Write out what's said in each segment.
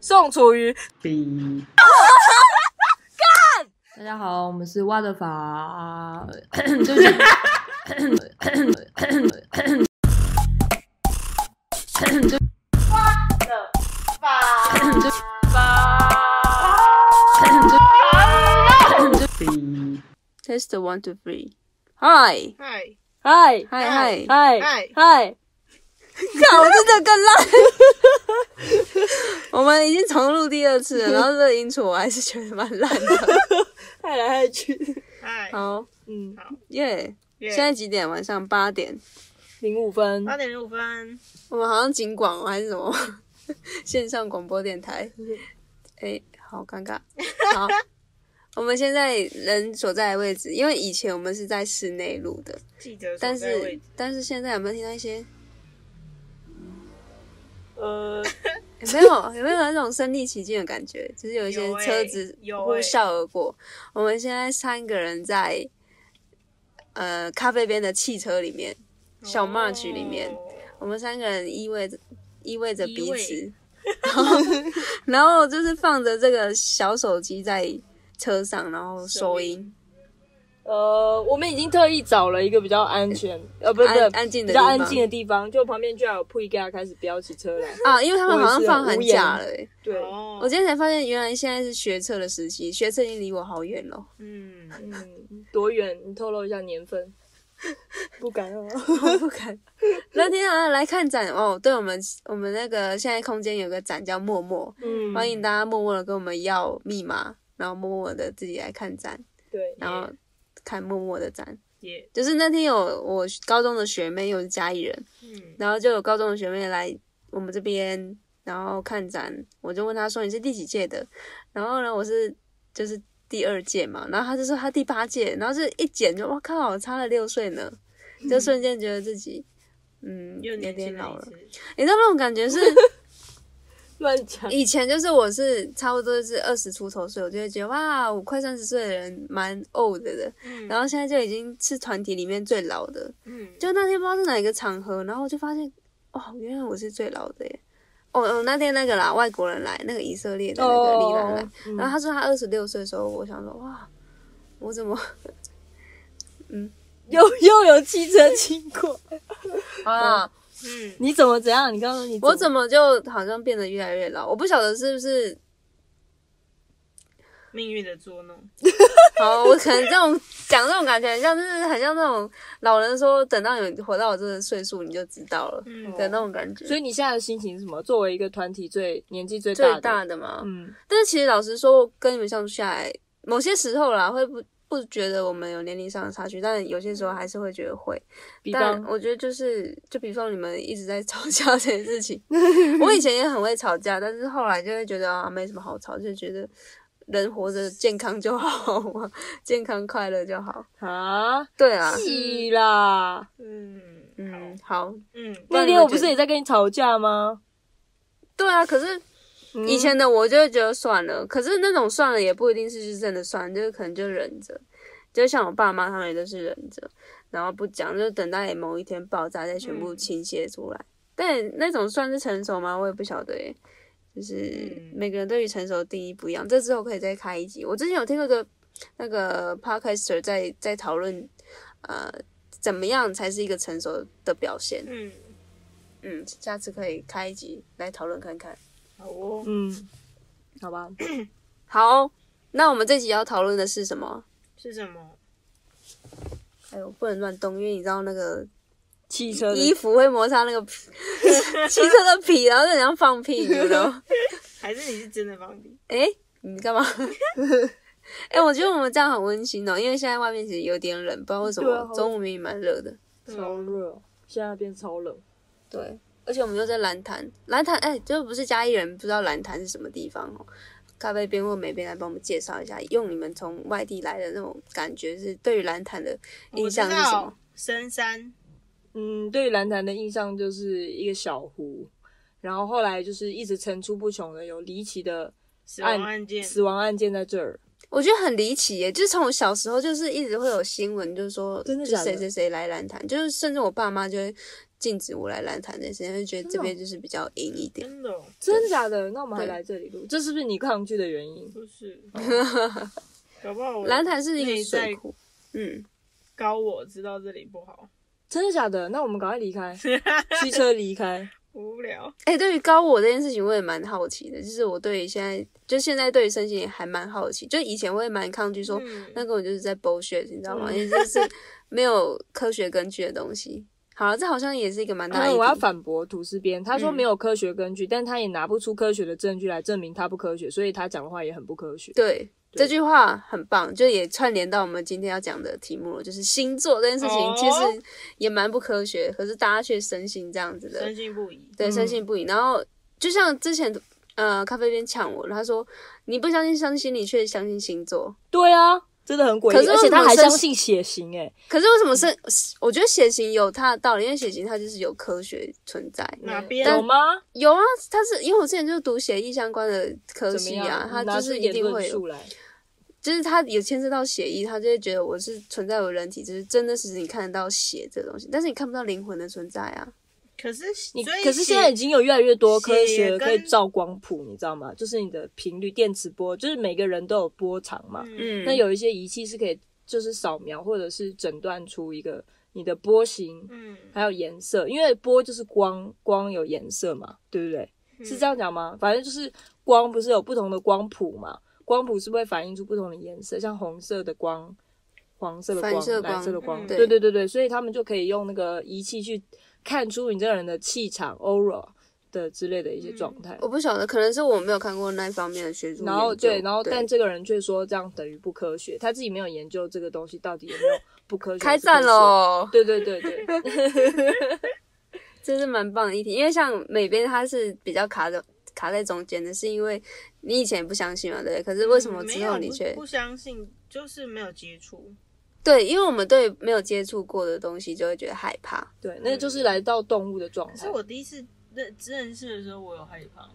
宋楚瑜， B 大家好，我们是挖的法，对不起 B Test one two three. Hi 嗨嗨 hi hi，嗨嗨嗨，看我真的更烂。 我们已经重录第二次了，然后这个音出我还是觉得蛮烂的。嗨来嗨去，嗨，好，嗯，耶、耶现在几点？晚上八点。零五分，八点零五分，我们好像尽管还是什么 线上广播电台，哎、好尴尬。好， 我们现在人所在的位置，因为以前我们是在室内录的，记得但所在位是置但是现在有没有听到一些呃，有没有有没有那种身临其境的感觉？就是有一些有欸车子有欸呼啸而过。我们现在三个人在呃咖啡边的汽车里面，小 March 里面，哦我们三个人依偎着依偎着彼依此， 然后然后就是放着这个小手机在车上，然后收音，呃，我们已经特意找了一个比较安全，呃，不是不是安安静比的较地安方静的地方，就旁边居然有铺一架开始飙起车来。啊，因为他们好像放寒假了、我欸。对，哦，我今天才发现，原来现在是学车的时期，学车已经离我好远了。嗯，嗯，多远？你透露一下年 份。不敢啊！哦不敢。那天啊，来看展哦。对我们，我们那个现在空间有个展叫默默，嗯，欢迎大家默默的跟我们要密码，然后默默的自己来看展，对，然后看默默的展。也就是那天有我高中的学妹，又是嘉义人，嗯，然后就有高中的学妹来我们这边，然后看展，我就问她说你是第几届的？然后呢，我是就是第二届嘛，然后她就说她第八届，然后就一减就哇靠，差了六岁呢， 就瞬间觉得自己嗯又有年点轻老了了一，次，你知道那种感 觉是乱讲。以前就是我是差不多是二十出头岁，我就会觉得哇，我快三十岁的人蛮 old 的，嗯然后现在就已经是团体里面最老的，嗯，就那天不知道是哪一个场合，然后我就发现，哦，原来我是最老的耶！哦哦，那天那个啦，外国人来，那个以色列的那个利兰来，嗯然后他说他二十六岁的时候，我想说，哇，我怎么又又有汽车经 过，啊？嗯，你怎么怎样？你告诉你，我怎么就好像变得越来越老？我不晓得是不是， 命运的捉弄，好，我可能这种讲这种感觉，很像就是很像那种老人说，等到你活到我这个岁数，你就知道了嗯，的那种感觉。所以你现在的心情是什么？作为一个团体最年纪最大最的，大的嘛，嗯，但是其实老实说，跟你们相处下来，某些时候啦，会不不觉得我们有年龄上的差距，但有些时候还是会觉得会。比但方我觉得就是，就比方你们一直在吵架这件 事情，我以前也很会吵架，但是后来就会觉得啊，没什么好吵，就觉得人活着健康就好嘛， 健康快乐就好。啊，对啊，屁啦！嗯，嗯好，，好，嗯，不那然你天我会不觉是得也在跟你吵架吗？对啊。可是嗯以前的我就会觉得算了，可是那种算了也不一定是是真的算，就是可能就忍着，就像我爸妈他们也都是忍着，然后不讲，就等待某一天爆炸再全部嗯倾泻出来。但那种算是成熟吗？我也不晓得耶。就是嗯每个人对于成熟的定义不一样，这之后可以再开一集。我之前有听过一个那个 podcaster 在在讨论，呃，怎么样才是一个成熟的表现？嗯，嗯，下次可以开一集来讨论看看。好哦，嗯，好吧，好，那我们这集要讨论的是什么？是什么？哎呦，不能乱动，因为你知道那个汽车的衣服会摩擦那个皮 汽车的皮，然后就想放屁，你知道 吗？还是你是真的放屁？哎，你干 嘛？哎、我觉得我们这样很温馨哦，因为现在外面其实有点冷，不知道为什对啊么好中午明明蛮热的。超热，现在变超冷。对，而且我们又在蓝潭，蓝潭哎，就不是嘉义人不知道蓝潭是什么地方哦。咖啡边或美边来帮我们介绍一下，用你们从外地来的那种感觉，是对于蓝潭的印象是什么？深山，嗯，对于蓝潭的印象就是一个小湖，然后后来就是一直层出不穷的有离奇的死亡案件，死亡案件在这儿，我觉得很离奇耶，就是从我小时候就是一直会有新闻，就是说，真的就假的谁谁谁来蓝潭，就是甚至我爸妈就会禁止我来蓝潭这件事情，他就觉得真的这哦边就是比较阴一点。真的哦真假的？那我们还对来这里录，这是不是你抗拒的原因？不是， 搞不好我蓝潭是一内个在水库，嗯，高我知道这里不好，真的假的？那我们赶快离 开，驱车离开。无聊。哎、对于高我这件事情，我也蛮好奇的，就是我对于现在，就现在对于身心也还蛮好奇，就以前我也蛮抗拒说，嗯，那个我就是在 bullshit，你知道吗？嗯因为这是没有科学根据的东西。好啊了，这好像也是一个蛮大的那议嗯我要题。反驳吐司边，他说嗯没有科学根据，但他也拿不出科学的证据来证明他不科学，所以他讲的话也很不科学。对，这句话很棒，就也串联到我们今天要讲的题目了，就是星座这件事情哦其实也蛮不科学，可是大家却深信这样子的，深信不疑。对，嗯深信不疑。然后就像之前呃咖啡边呛我，他说你不相信相信你却相信星座，对啊，真的很诡可异，是而且为什么他还生相信血型、 欸，可是为什么是？嗯我觉得血型有它的道理，因为血型它就是有科学存在。哪哎，边？有吗？有啊，他是因为我之前就是读协议相关的科怎么系啊样？，他拿就出是一点定论会有述，来。就是他有牵涉到协议，他就会觉得我是存在我人体，就是真的是你看得到血这个东西，但是你看不到灵魂的存在啊。可是你所以可是现在已写经有越来越多科血学跟可以照光谱，你知道吗？就是你的频率、电磁波，就是每个人都有波长嘛。嗯嗯，那有一些仪器是可以就是扫描或者是诊断出一个你的波形，嗯还有颜色，因为波就是光，光有颜色嘛，对不对？嗯是这样讲吗？反正就是光不是有不同的光谱嘛，光谱是不是会反映出不同的颜色，像红色的光、黄色的光、反射光蓝色的光，嗯对对对对对，所以他们就可以用那个仪器去看出你这个人的气场、aura 的之类的一些状态。我不晓得，可能是我没有看过那一方面的学术然后嗯研究对，然后但这个人却说这样等于不科学，他自己没有研究这个东西到底有没有不科学。开战！喽，对对对对，这是蛮棒的一题，因为像美边他是比较卡的卡在中间的，是因为你以前不相信嘛，对不对？可是为什么嗯没之有后你不却不相信？就是没有接触，对？因为我们对没有接触过的东西就会觉得害怕。对，那就是来到动物的状可态是。我第一次认认识的时候，我有害怕，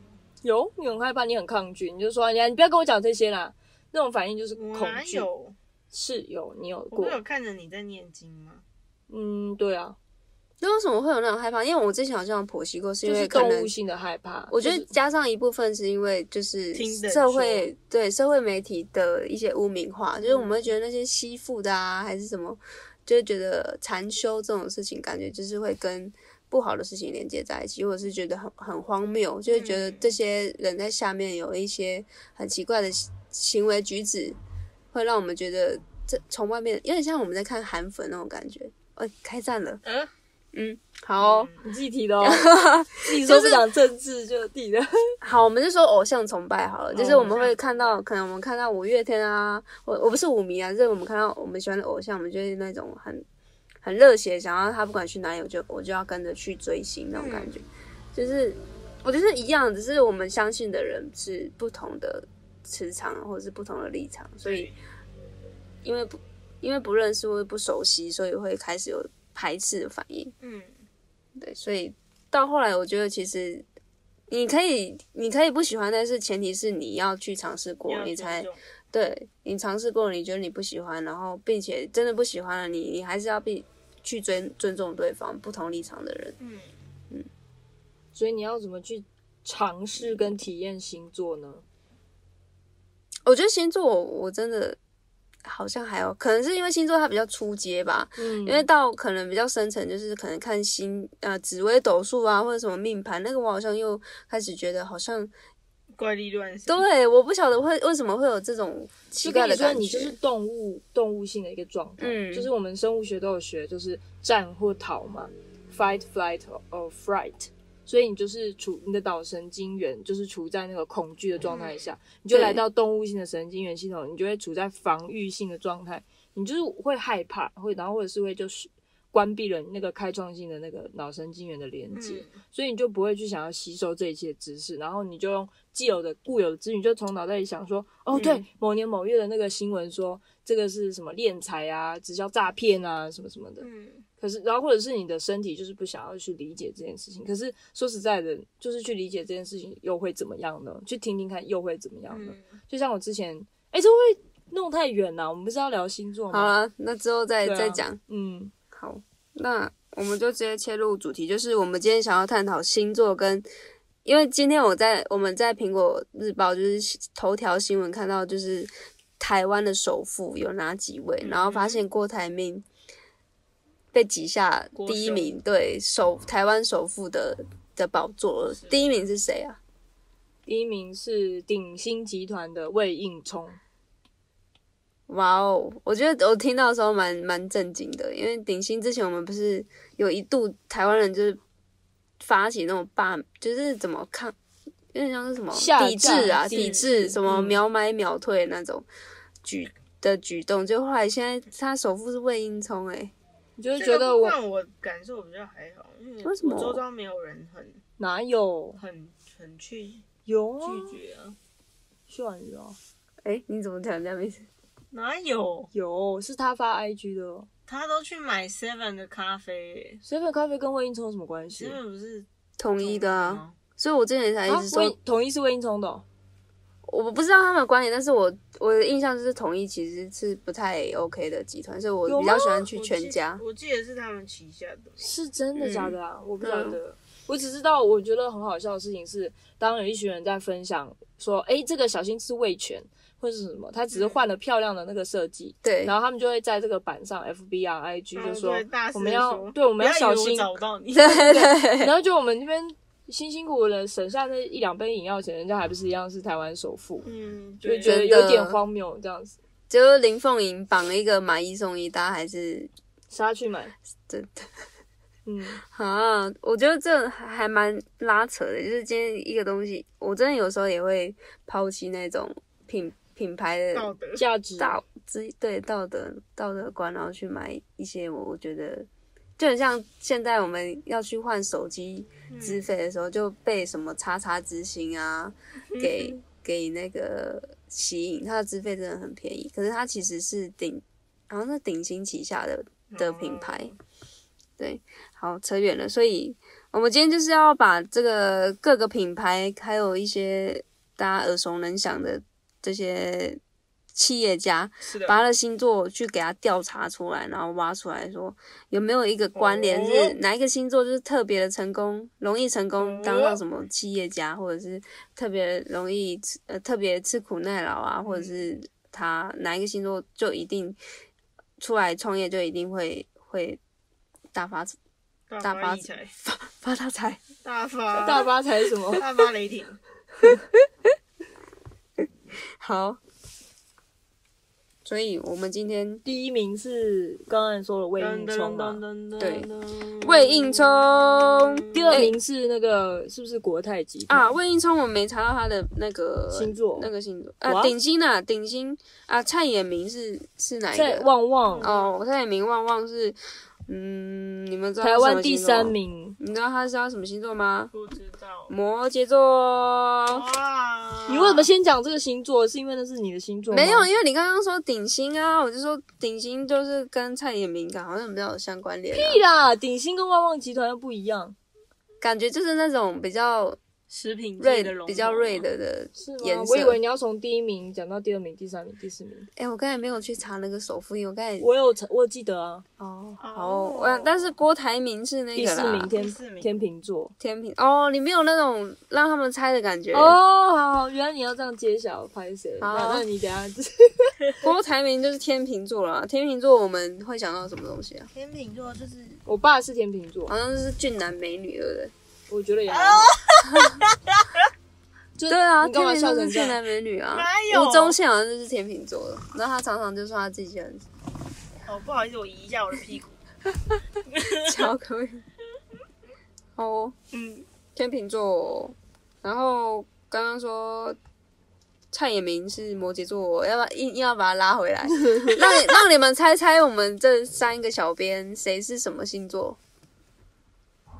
有，你很害怕，你很抗拒，你就说，哎你你不要跟我讲这些啦。那种反应就是我恐哪惧，有？是有，你有我过不，有看着你在念经吗？嗯，对啊，那为什么会有那种害怕？因为我之前好像有剖析过，是因就为是可动能物性的害怕。我觉得啊就是加上一部分是因为就是听人社会对社会媒体的一些污名化，就是我们会觉得那些吸附的啊，还是什么，就会觉得禅修这种事情，感觉就是会跟不好的事情连接在一起，或者是觉得很很荒谬，就会觉得嗯这些人在下面有一些很奇怪的行行为举止，会让我们觉得这从外面有点像我们在看韩粉那种感觉。哎、开战了，呃，啊嗯，好、哦。嗯你自己提 的哦，自己说不讲政治就提的。 好，我们就说偶像崇拜好了，就是哦偶我们会像看到，可能我们看到五月天啊，我我不是舞迷啊，就是我们看到我们喜欢的偶像，我们就是那种很很热血，想要他不管去哪里，我就我就要跟着去追星那种感嗯觉，就是我觉得是一样，只是我们相信的人是不同的磁场或者是不同的立场，所以因为不因为不认识或者不熟悉，所以会开始有排斥的反应。嗯，对，所以到后来，我觉得其实你可以，你可以不喜欢，但是前提是你要去尝试过要，你尊才重对你尝试过，你觉得你不喜欢，然后并且真的不喜欢了，你你还是要必去尊尊重对方不同立场的人。嗯，所以你要怎么去尝试跟体验星座呢？我觉得星座我我真的好像还有，可能是因为星座它比较出街吧，嗯，因为到可能比较深层，就是可能看星呃紫微斗数啊，或者什么命盘，那个我好像又开始觉得好像怪力乱神，嗯对，我不晓得会为什么会有这种奇就怪跟的你说，感觉。你就是动物动物性的一个状态，嗯就是我们生物学都有学，就是战或逃嘛，fight, flight or fright。所以你就是处你的脑神经元就是处在那个恐惧的状态下，嗯你就来到动物性的神经元系统，你就会处在防御性的状态，你就是会害怕，会然后或者是会就是关闭了你那个开创性的那个脑神经元的连接，嗯，所以你就不会去想要吸收这一切知识，然后你就用既有的固有的资讯，就从脑袋里想说，哦，嗯对，某年某月的那个新闻说这个是什么敛财啊、直销诈骗啊什么什么的。嗯，可是，然后或者是你的身体就是不想要去理解这件事情。可是说实在的，就是去理解这件事情又会怎么样呢？去听听看又会怎么样呢？嗯，就像我之前，哎，这会不会弄啊太远了、我们不是要聊星座好吗？了，那之后再、对啊再讲。嗯，好，那我们就直接切入主题，就是我们今天想要探讨星座跟，因为今天我在我们在苹果日报就是头条新闻看到，就是台湾的首富有哪几位，然后发嗯现郭台铭被挤下郭第一兄名，对首台湾首富的的宝座了是第一名是谁啊？第一名是鼎鑫集团的魏应充，哇哦！我觉得我听到的时候蛮蛮震惊的，因为鼎鑫之前我们不是有一度台湾人就是发起那种罢，就是怎么抗，有点像是什么下抵制架啊、抵抵制制什么嗯秒买秒退那种举的举动，就后来现在他首富是魏应充、欸，诶，你就会这觉个得部我分我感受比较还好，因为为什么我周遭没有人很哪有很很去拒有啊，绝啊，秀婉瑜哦，诶、你怎么讲人家名字？哪有？有是他发 IG 的哦。他都去买 Seven 的咖啡耶、 Seven 咖啡跟魏应充有什么关系？ Seven 不是统一的啊，所以我之前才一嗯啊直，说魏统一是魏应充的哦、我不知道他们的观点，但是我我的印象就是统一其实是不太 OK 的集团，所以我有比较吗喜欢去我全记家。我记得是他们旗下的。是真的嗯假的啊？我不对晓啊得，我只知道我觉得很好笑的事情是，当有一群人在分享说，哎、这个小心是味全或是什么，他只嗯是换了漂亮的那个设计，对，然后他们就会在这个板上 FB 啊 IG 然就后说嗯对 大我声们说要对我们要不要小以为我心，找不到你。然后就我们这边辛辛苦苦的省下那一两杯饮料钱，人家还不是一样是台湾首富，嗯，就对觉得真的有点荒谬这样子，就是林凤营绑了一个买一送一，大家还是杀去买，真的嗯，啊，我觉得这还蛮拉扯的。就是今天一个东西，我真的有时候也会抛弃那种品品牌道的德价值道之对道德道德观，然后去买一些我我觉得就很像现在我们要去换手机嗯资费的时候，就被什么叉叉之星啊给给那个吸引，它的资费真的很便宜，可是它其实是顶，好像是顶新旗下的的品牌。对，好扯远了，所以我们今天就是要把这个各个品牌，还有一些大家耳熟能详的这些企业家，是的，把他的星座去给他调查出来，然后挖出来说有没有一个关联哦是哪一个星座就是特别的成功，容易成功哦当上什么企业家，或者是特别容易吃呃特别吃苦耐劳啊，或者是他哪一个星座就一定出来创业就一定会会大发 大大发发理财发大财。大 发大发财是什么？大发雷 霆，好，所以我们今天第一名是刚才说的魏应充嘛，噔对噔魏应充第二名是那个、是不是国泰集团啊，？魏应充我没查到他的那个星座那个星座哇啊，顶星啊，顶星啊，蔡衍明是是哪一在个？旺旺、哎哦，蔡衍明旺旺是，嗯，你们知道他台是什湾么第星座三，名，你知道他是他什么星座吗？不知道摩羯座。哇，你为什么先讲这个星座？是因为那是你的星座吗没有，因为你刚刚说顶星啊，我就说顶星就是跟蔡衍明感好像比较有相关联、啊，屁啦，鼎鑫跟旺旺集团又不一样，感觉就是那种比较食品界锐的龙头啊比较锐的的是颜吗？色我以为你要从第一名讲到第二名、第三名、第四名。哎、我刚才没有去查那个首富，因为我刚才我有查，我有记得啊，哦，哦好，我但是郭台铭是那第个四啦名，天第四名天秤座。天平哦，你没有那种让他们猜的感觉。哦，好好，原来你要这样揭晓，拍谁？好那那你等一下，郭台铭就是天秤座啦，天秤座我们会想到什么东西啊？天秤座就是我爸是天秤座好，像就是俊男美女，对不对？我觉得也还 好。就是对啊，你干天嘛秤笑座成是这俊样？男美女啊哪。有吴宗宪好像就是天秤座的，然后他常常就说他自己很哦，不好意思，我移一下我的屁股。巧克力。哦，嗯，天秤座，然后刚刚说蔡衍明是摩羯座，要不要硬硬要把他拉回来，让你让你们猜猜我们这三个小编谁是什么星座？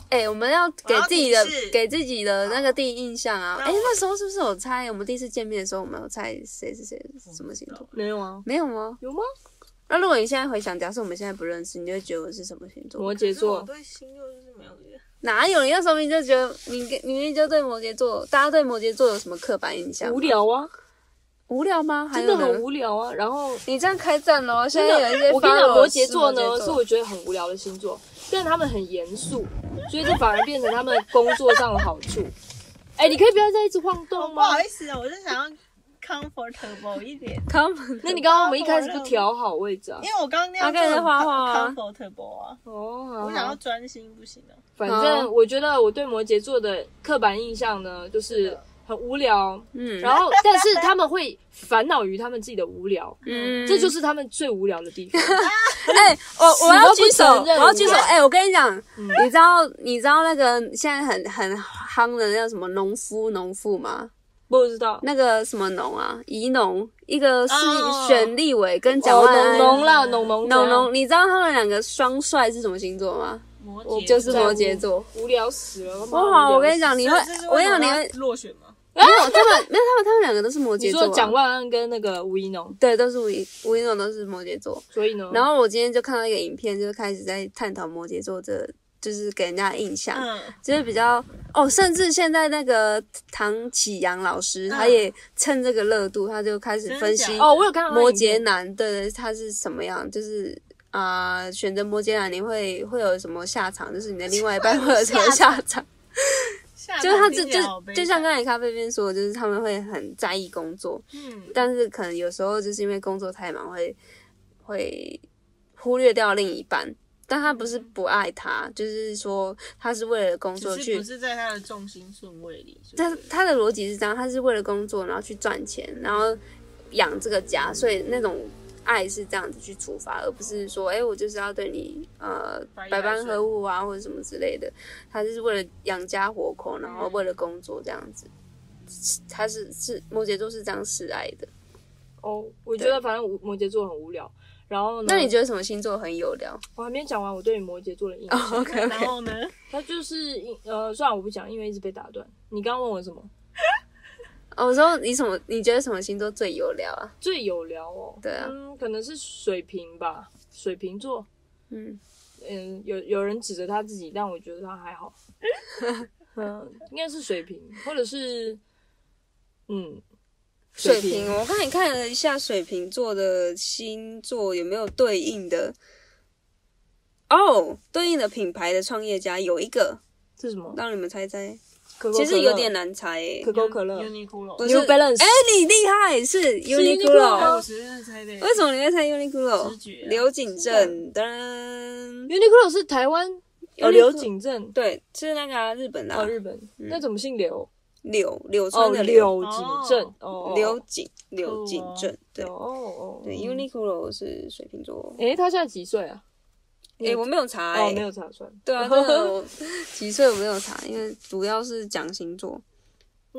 哎、我们要给自己的我要提示给自己的那个第一印象啊！那哎、我那时候是不是有猜？我们第一次见面的时候，我们有猜谁是谁什么星座？没有啊？没有吗？有吗？那如果你现在回想，假设我们现在不认识，你就会觉得我是什么星座？摩羯可座是我对星座就是没有这个哪有？你那时候明明就觉得你跟你明明就对摩羯座，大家对摩羯座有什么刻板印象吗？无聊啊，无聊吗？还真有的呢很无聊啊。然后你这样开战喽！现真在有一些的，我跟你 follower 讲，摩羯座是摩呢羯是我觉得很无聊的星座，但他们很严肃，所以这反而变成他们工作上的好处。 哎、你可以不要再一直晃动哦不吗？好意思，我是想要 comfortable 一点，他们那你刚刚我们一开始就调好位置啊因？为我刚刚那啊样跟人家就很画画啊 comfortable 啊，哦，好我想好要专心不行啊。反正我觉得我对摩羯座的刻板印象呢，就是很无聊，嗯，然后但是他们会烦恼于他们自己的无聊，嗯这就是他们最无聊的地 方。哎、我我要死都举不手，承认嗯我要举手。我哎、我跟你讲，你知道你知道那个现在很很夯的那个什么农夫农妇吗？不知道，那个什么农啊，宜农，一个是哦选立委跟蒋哦万农安。农啦，农农啊怎样农农，你知道他们两个双帅是什么星座吗？摩我羯就是摩摩羯羯座。无聊死了。妈我好，我跟你，无聊讲，所以你这会是，我跟为你什么讲，你他会， 落选吗？没有他们，没有他们，他们两个都是摩死你羯座啊。说蒋万安跟那个吴一农，对，都是吴一吴一农都是摩羯座。所以呢，然后我今天就看到一个影片，就是开始在探讨摩羯座这，就是给人家的印象。嗯，就是比较哦，甚至现在那个唐启阳老师，嗯他也趁这个热度，他就开始分析真假哦，我有看到他摩影片羯男的他是什么样，就是啊、呃选择摩羯男你会会有什么下场，就是你的另外一半会有什么下场，下就是他场就听起来好就悲就像惨刚才咖啡边说的，就是他们会很在意工作，嗯但是可能有时候就是因为工作太忙，会会忽略掉另一半。但他不是不爱他，就是说他是为了工作嗯只去是不是在他的重心顺位里，是不他是他的逻嗯辑是这样，他是为了工作，然后去赚钱，然后养这个家，所以那种爱是这样子去出发，而不是说，哎、我就是要对你呃百依百般百顺呵护啊，或者什么之类的。他就是为了养家活口，然后为了工作这样子。是他是是摩羯座是这样示爱的。哦，我觉得反正摩羯座很无聊。然后呢？那你觉得什么星座很有聊、哦我还没讲完我对摩羯座的印 o 象， k 然 OK，后呢？他就是呃，算了，我不讲，因为一直被打断。你刚刚问我什么？哦我说你什么？你觉得什么星座最有聊啊？最有聊哦，对啊嗯，可能是水瓶吧，水瓶座，嗯，嗯，有有人指着他自己，但我觉得他还好，嗯，应该是水瓶，或者是，嗯，水水瓶，我看你看了一下水瓶座的星座有没有对应的哦，对应的品牌的创业家有一个，这是什么？让你们猜猜，可口可乐其实有点难猜诶、可口可乐 Uniqlo，不是 New Balance 哎、你厉害，是 Uniqlo 哎 Uniqlo。我随便猜的耶，为什么你会猜 Uniqlo？直觉啊刘景正，噔， ，Uniqlo 是台湾，哦，刘景正，对，是那个啊、日本的、啊哦，日本，那怎么姓刘？柳柳哦，川的柳，柳景正，哦，刘景柳景正，对哦哦，对，Uniqlo 是水瓶座。哎，他现在几岁啊？哎、我没有查、欸，哦，没有查出来，对啊，真的我几岁我没有查，因为主要是讲星座，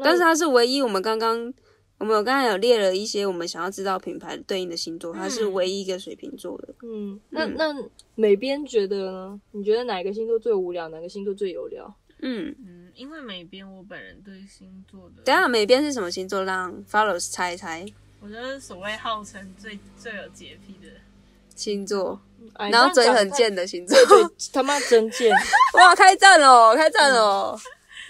但是它是唯一我们刚刚我们有刚才有列了一些我们想要知道品牌对应的星座，它是唯一一个水瓶座的。嗯，那那美编觉得呢？你觉得哪个星座最无聊？哪个星座最有聊？嗯，嗯，因为美编我本人对星座的，等一下美编是什么星座？让 Follows 猜一猜我觉得所谓号称最最有洁癖的，星座，哎然后嘴很，贱的星座。这样讲太对，他妈真贱。哇，开战喽，开战喽！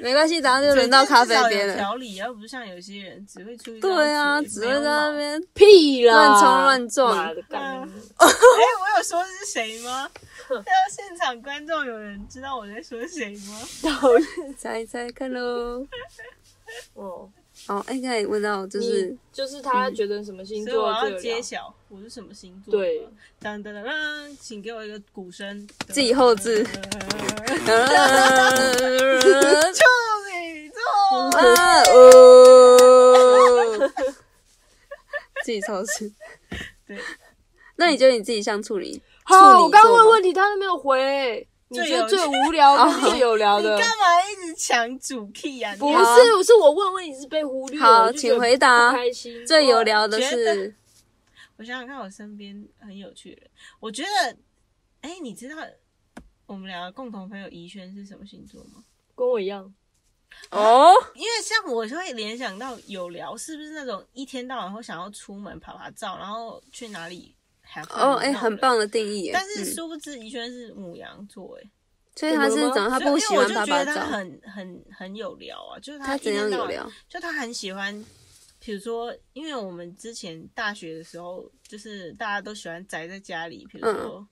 没关系，等下就轮到咖啡边至少有嗯了。条理，要不像有些人只会出一张对 啊，嘴只会在那。没有脑边。 屁啦！乱冲乱撞妈啊的干你哎，我有说是谁 吗？那现场观众有人知道我在说谁吗？讨厌！猜一猜看喽。哦，哦，哎、可以问到就是你就是嗯他觉得什么星所以座我最要有揭聊？晓我是什么星座。对，当当当当，请给我一个鼓声。自己 后置 处女座，啊哦，自己超时。对，那你觉得你自己像处理？处女好，座我刚吗问问题，他都没有回。你觉得最无聊跟最有 聊的干？嘛一直抢主 key 啊？你不好是，是我问问你是被忽略。好我就觉得请回答不开心。最有聊的我觉是，我想想看，我身边很有趣的人，我觉得，哎、你知道我们两个共同朋友怡轩是什么星座吗？跟我一样，哦，因为像我就会联想到有聊，是不是那种一天到晚会想要出门拍拍照，然后去哪里 have fun 哦，哎、那种很人。棒的定义耶。但是嗯殊不知，怡轩是母羊座，哎，所以他是怎样？他所以不喜欢因为拍我就觉拍得照他，很很很有聊啊，就是他一怎样天有到晚聊？就他很喜欢，比如说，因为我们之前大学的时候，就是大家都喜欢宅在家里，比如说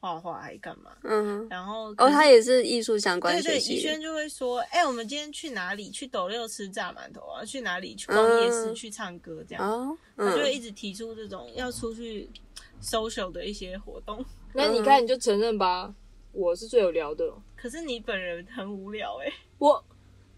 画画还干嘛，嗯哼，然后嗯哦，可是他也是艺术相关对学对，习怡的，轩就会说，哎、我们今天去哪里？去斗六吃炸馒头啊？去哪里？去逛夜市？嗯去唱歌？这样，哦，他就嗯，会一直提出这种要出去 social 的一些活动。那你看你就承认吧，我是最有聊的。可是你本人很无聊哎、我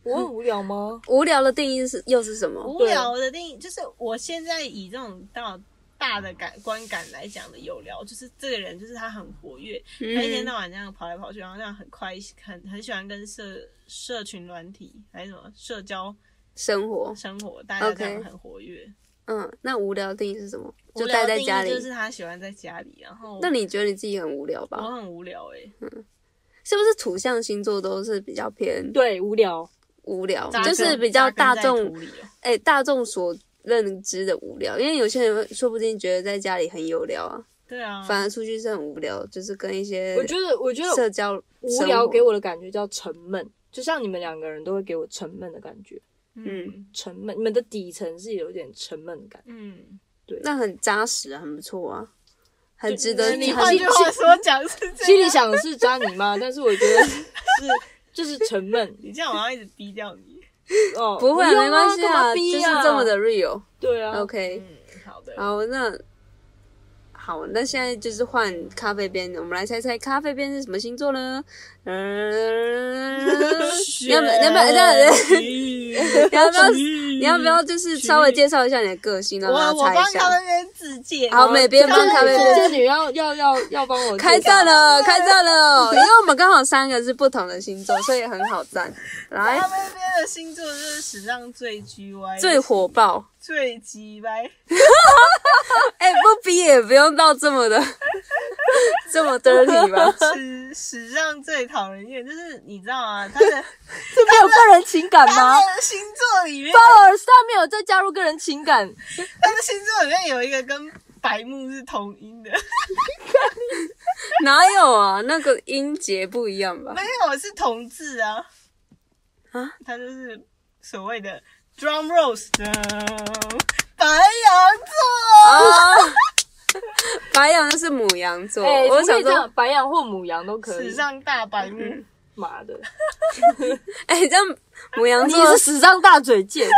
我很无聊吗？ 无聊的定义是又是什么？无聊的定义就是我现在以这种到大的感观感来讲的有聊，就是这个人就是他很活跃，他一天嗯到晚这样跑来跑去，然后这样很快，很很喜欢跟社社群软体还是什么社交生活，生活，大家这 OK 样很活跃。嗯，那无聊的定义是什么？无就聊待的在定义家里。就是他喜欢在家里，然后那你觉得你自己很无聊我吧？很无聊哎、是不是土象星座都是比较偏对，无聊。无聊，扎就根是比较大扎根在众土里哦哎、大众所认知的无聊，因为有些人会说不定觉得在家里很有聊啊，对啊，反而出去是很无聊，就是跟一些嗯我觉得我觉得社交无聊给我我的感觉叫沉闷，就像你们两个人都会给我沉闷的感觉。嗯沉闷，你们的底层是有点沉闷的感觉。嗯，那很扎实啊，很不错啊，很值就得是你你很换句话说讲是这样，心里想的是渣你妈，但是我觉得是就是沉闷 你这样我要一直逼掉你。哦，不会、啊、用没关系干嘛就逼是啊这么的 real。对啊。 OK，、嗯，好的。好，那好，那现在就是换咖啡边，我们来猜猜咖啡边是什么星座呢？嗯、 你要不要你要不要这样子？你你要不要？你要不要就是稍微介绍一下你的个性，我让大我家猜帮一咖下？啡边自荐，好，每边帮咖啡这边这女要要要要帮我开战战了，开战了！因为我们刚好三个是不同的星座，所以很好战。来咖，啡边的星座就是史上最 G Y、最火爆，最鸡歪，哎、不比也不用到这么的 这么 dirty 吧？ 史史上最讨人厌，就是你知道吗？他的这没有个人情感他吗的星座里面， ？Power 上面有再加入个人情感，他的星座里面有一个跟白木是同音的， 哪有啊？那个音节不一样吧没？有是同字啊啊！他就是所谓的 drum rose 的白羊座，啊，白羊就是母羊座，哎，我怎么可想以这说样，，白羊或母羊都可史以。上大白目。嗯妈的，哎、这样母羊你座是史上大嘴 贱，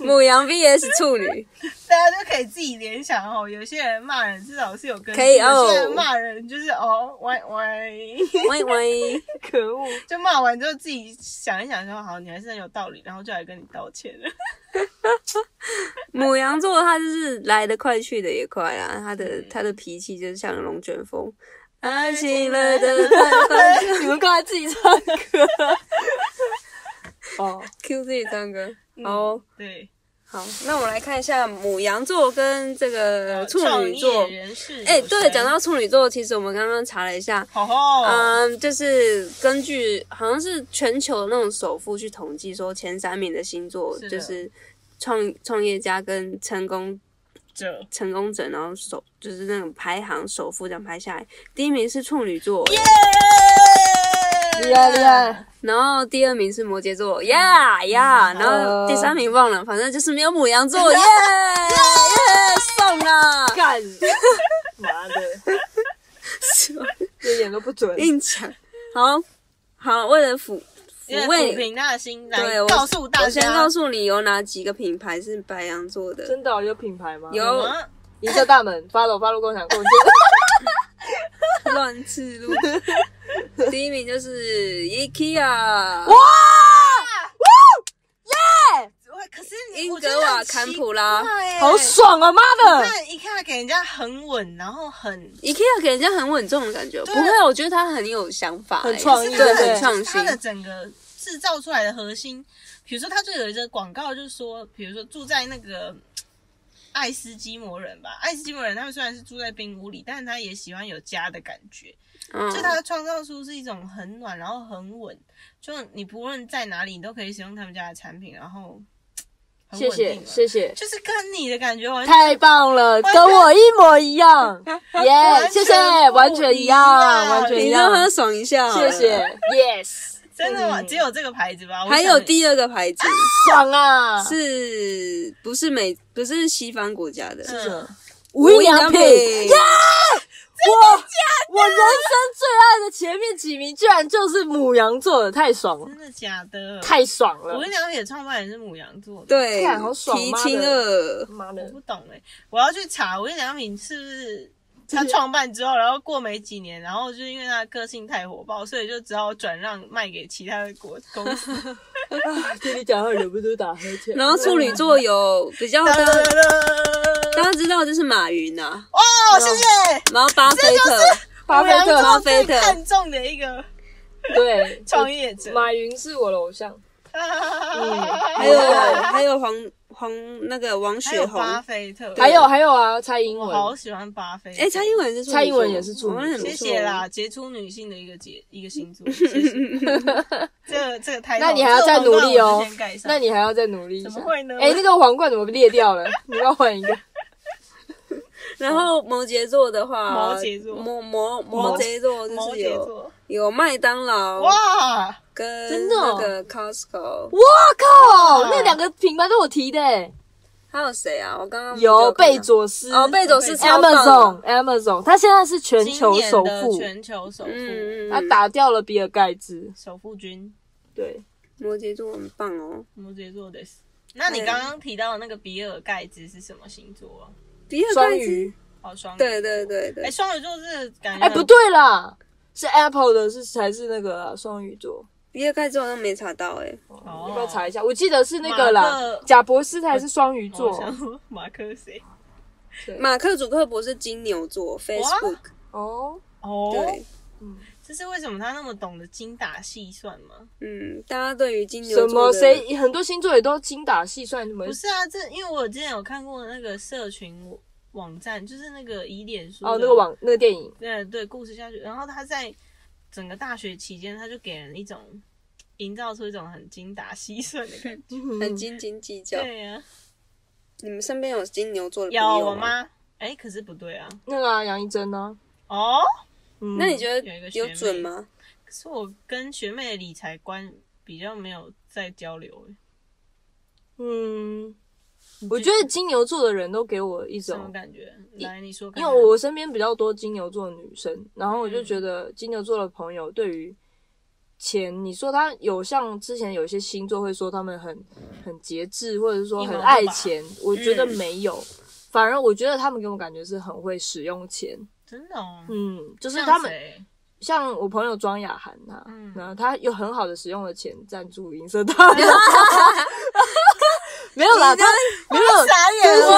母羊 VS 处女，大家就可以自己联想哦。有些人骂人至少是有根据，可以哦有些人骂人就是哦歪歪， 喂喂，可恶！就骂完之后自己想一想说好，你还是很有道理，然后就来跟你道歉了。母羊座它就是来得快去的也快啦，它的它的脾气就是像龙卷风，爱情来得太 快去。你们刚才自己唱歌。 哦， Q 自己唱歌，嗯好哦、对，好，那我们来看一下母羊座跟这个呃处女座哦创业。人士，哎、对，讲到处女座，其实我们刚刚查了一下，好吼，嗯，就是根据好像是全球那种首富去统计说，前三名的星座是的就是创创业家跟成功这成功者，然后首就是那种排行首富这样排下来，第一名是处女座厉害厉害！ 然后第二名是摩羯座，嗯呀呀，然后呃第三名忘了，反正就是没有母羊座， 耶耶，送了，干， 妈的，这一点都不准。硬抢，好好，为了抚抚慰抚你，平他的心，对来我告诉大我先告家，诉你有哪几个品牌是白羊座的，真的哦有品牌吗？有嗯一下大门，follow follow 共享共建。乱刺 入。第一名就是 IKEA，哇可是你英格瓦坎普，拉我觉得很奇怪好爽啊！妈的，看一看给人家很稳，然后很 IKEA 给人家很稳重的感觉，不会，我觉得他很有想法欸，很创意对，对很创它新。的整个制造出来的核心，比如说它就有一个广告，就是说，比如说住在那个爱斯基摩人吧，爱斯基摩人他们虽然是住在冰屋里，但是他也喜欢有家的感觉，嗯就它创造出是一种很暖，然后很稳，就你不论在哪里，你都可以使用他们家的产品，然后很谢稳定谢嘛谢谢，就是跟你的感觉完全太棒了，全跟我一模一样，耶！完谢全谢，不完全一样，一样完全一你让他样，爽一下，谢谢。，yes，真的吗？嗯只有这个牌子吧？我还想有第二个牌子爽啊！是不是美不是西方国家的？嗯无印良品，耶！我人生最爱的前面几名，居然就是母羊座的，太爽了，真的假的？太爽了我！跟你讲，而且创办人是母羊座的，对看好，爽提妈的亲二，妈我的，不懂哎、我要去查。我跟杨敏是不是他创办之后，然后过没几年，然后就是因为他的个性太火爆，所以就只好转让卖给其他的国公司。啊听你讲话忍不住打呵欠。然后处女座有比较大哒哒家哒大家知道就是马云呐， 哦，谢谢。然后巴菲特，巴母菲羊特，座巴最菲特看重的一个对，创业者，马云是我的偶像， 还有还有黄黄那个王哦还雪有红，巴菲特，还有还有啊，蔡英我好文，喜欢巴菲特。哎，蔡英文是处女座蔡英文也是处女座好像很不谢错谢啦，杰出女性的一个节一个 星座，谢谢。这个这个太那你还要再努力哦那你你还要再努力一下。怎么会呢哎，那个皇冠怎么裂掉了？你要换一个。然后摩羯座的话，摩羯座摩摩摩羯座就摩是羯有座，有麦当劳哇，跟真的那哦个 Costco，我靠，那两个品牌都我提的欸，还有谁啊？我刚刚嗯有贝佐佐斯，嗯哦，贝佐是超棒的 Amazon，Amazon，他现在是全今球年首的富，全球首富，嗯嗯，他打掉了比尔盖茨。首富君，对，摩羯座很棒哦。摩羯座的。那你对刚刚提到的那个比尔盖茨是什么星座啊？比尔双盖茨鱼，，哦，双鱼。对对。对对哎，，双鱼座是感觉哎，不，对啦，是 Apple 的是才是那个啊双鱼座，比尔盖茨好像没查到哎，哦要不要查一下？我记得是那个马啦克，贾博士才是双鱼座我。想说 马克谁？马克·祖克伯是金牛座，Facebook 哦，哦，对，这是为什么他那么懂得精打细算吗？嗯，大家对于金牛什座么的谁很多星座也都精打细算，什么不是啊，这因为我之前有看过那个社群网站，就是那个以脸书哦的那个网那个电影，对对，故事下去。然后他在整个大学期间，他就给人一种营造出一种很精打细算的感觉。很斤斤计较？对呀、你们身边有金牛座的朋有友我？妈，哎，可是不对啊。那个啊杨一真呢？哦，嗯那你觉有一得个学妹有准吗？可是我跟学妹的理财观比较没有在交流，哎嗯，我觉得金牛座的人都给我一什么种，感觉？来，你说看因看，为我身边比较多金牛座的女生，然后我就觉得金牛座的朋友对于钱，你说他有像之前有一些星座会说他们很很节制，或者是说很爱钱，我觉得没有。反而我觉得他们给我感觉是很会使用钱，真的、哦，嗯，就是像他们谁像我朋友庄雅涵呐、嗯然后她有很好的使用了钱赞助银色大奖，没有啦，她没有，傻眼了，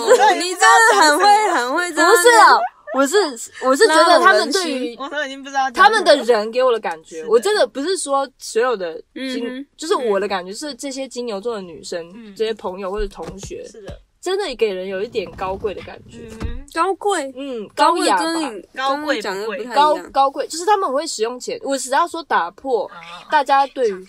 哇，你真的很会，很会这样。不是啊，我是我是觉得他们对于我都已经不知道他们的人给我的感觉，的我真的不是说所有的金，嗯哼就是我的感觉是这些金牛座的女生，嗯这些朋友或者同学，是的，真的给人有一点高贵的感觉，嗯，高贵，嗯，高高贵雅吧，跟你高刚刚贵讲的不太一高样。高贵，就是他们很会使用钱。我只要说打破啊，大家对于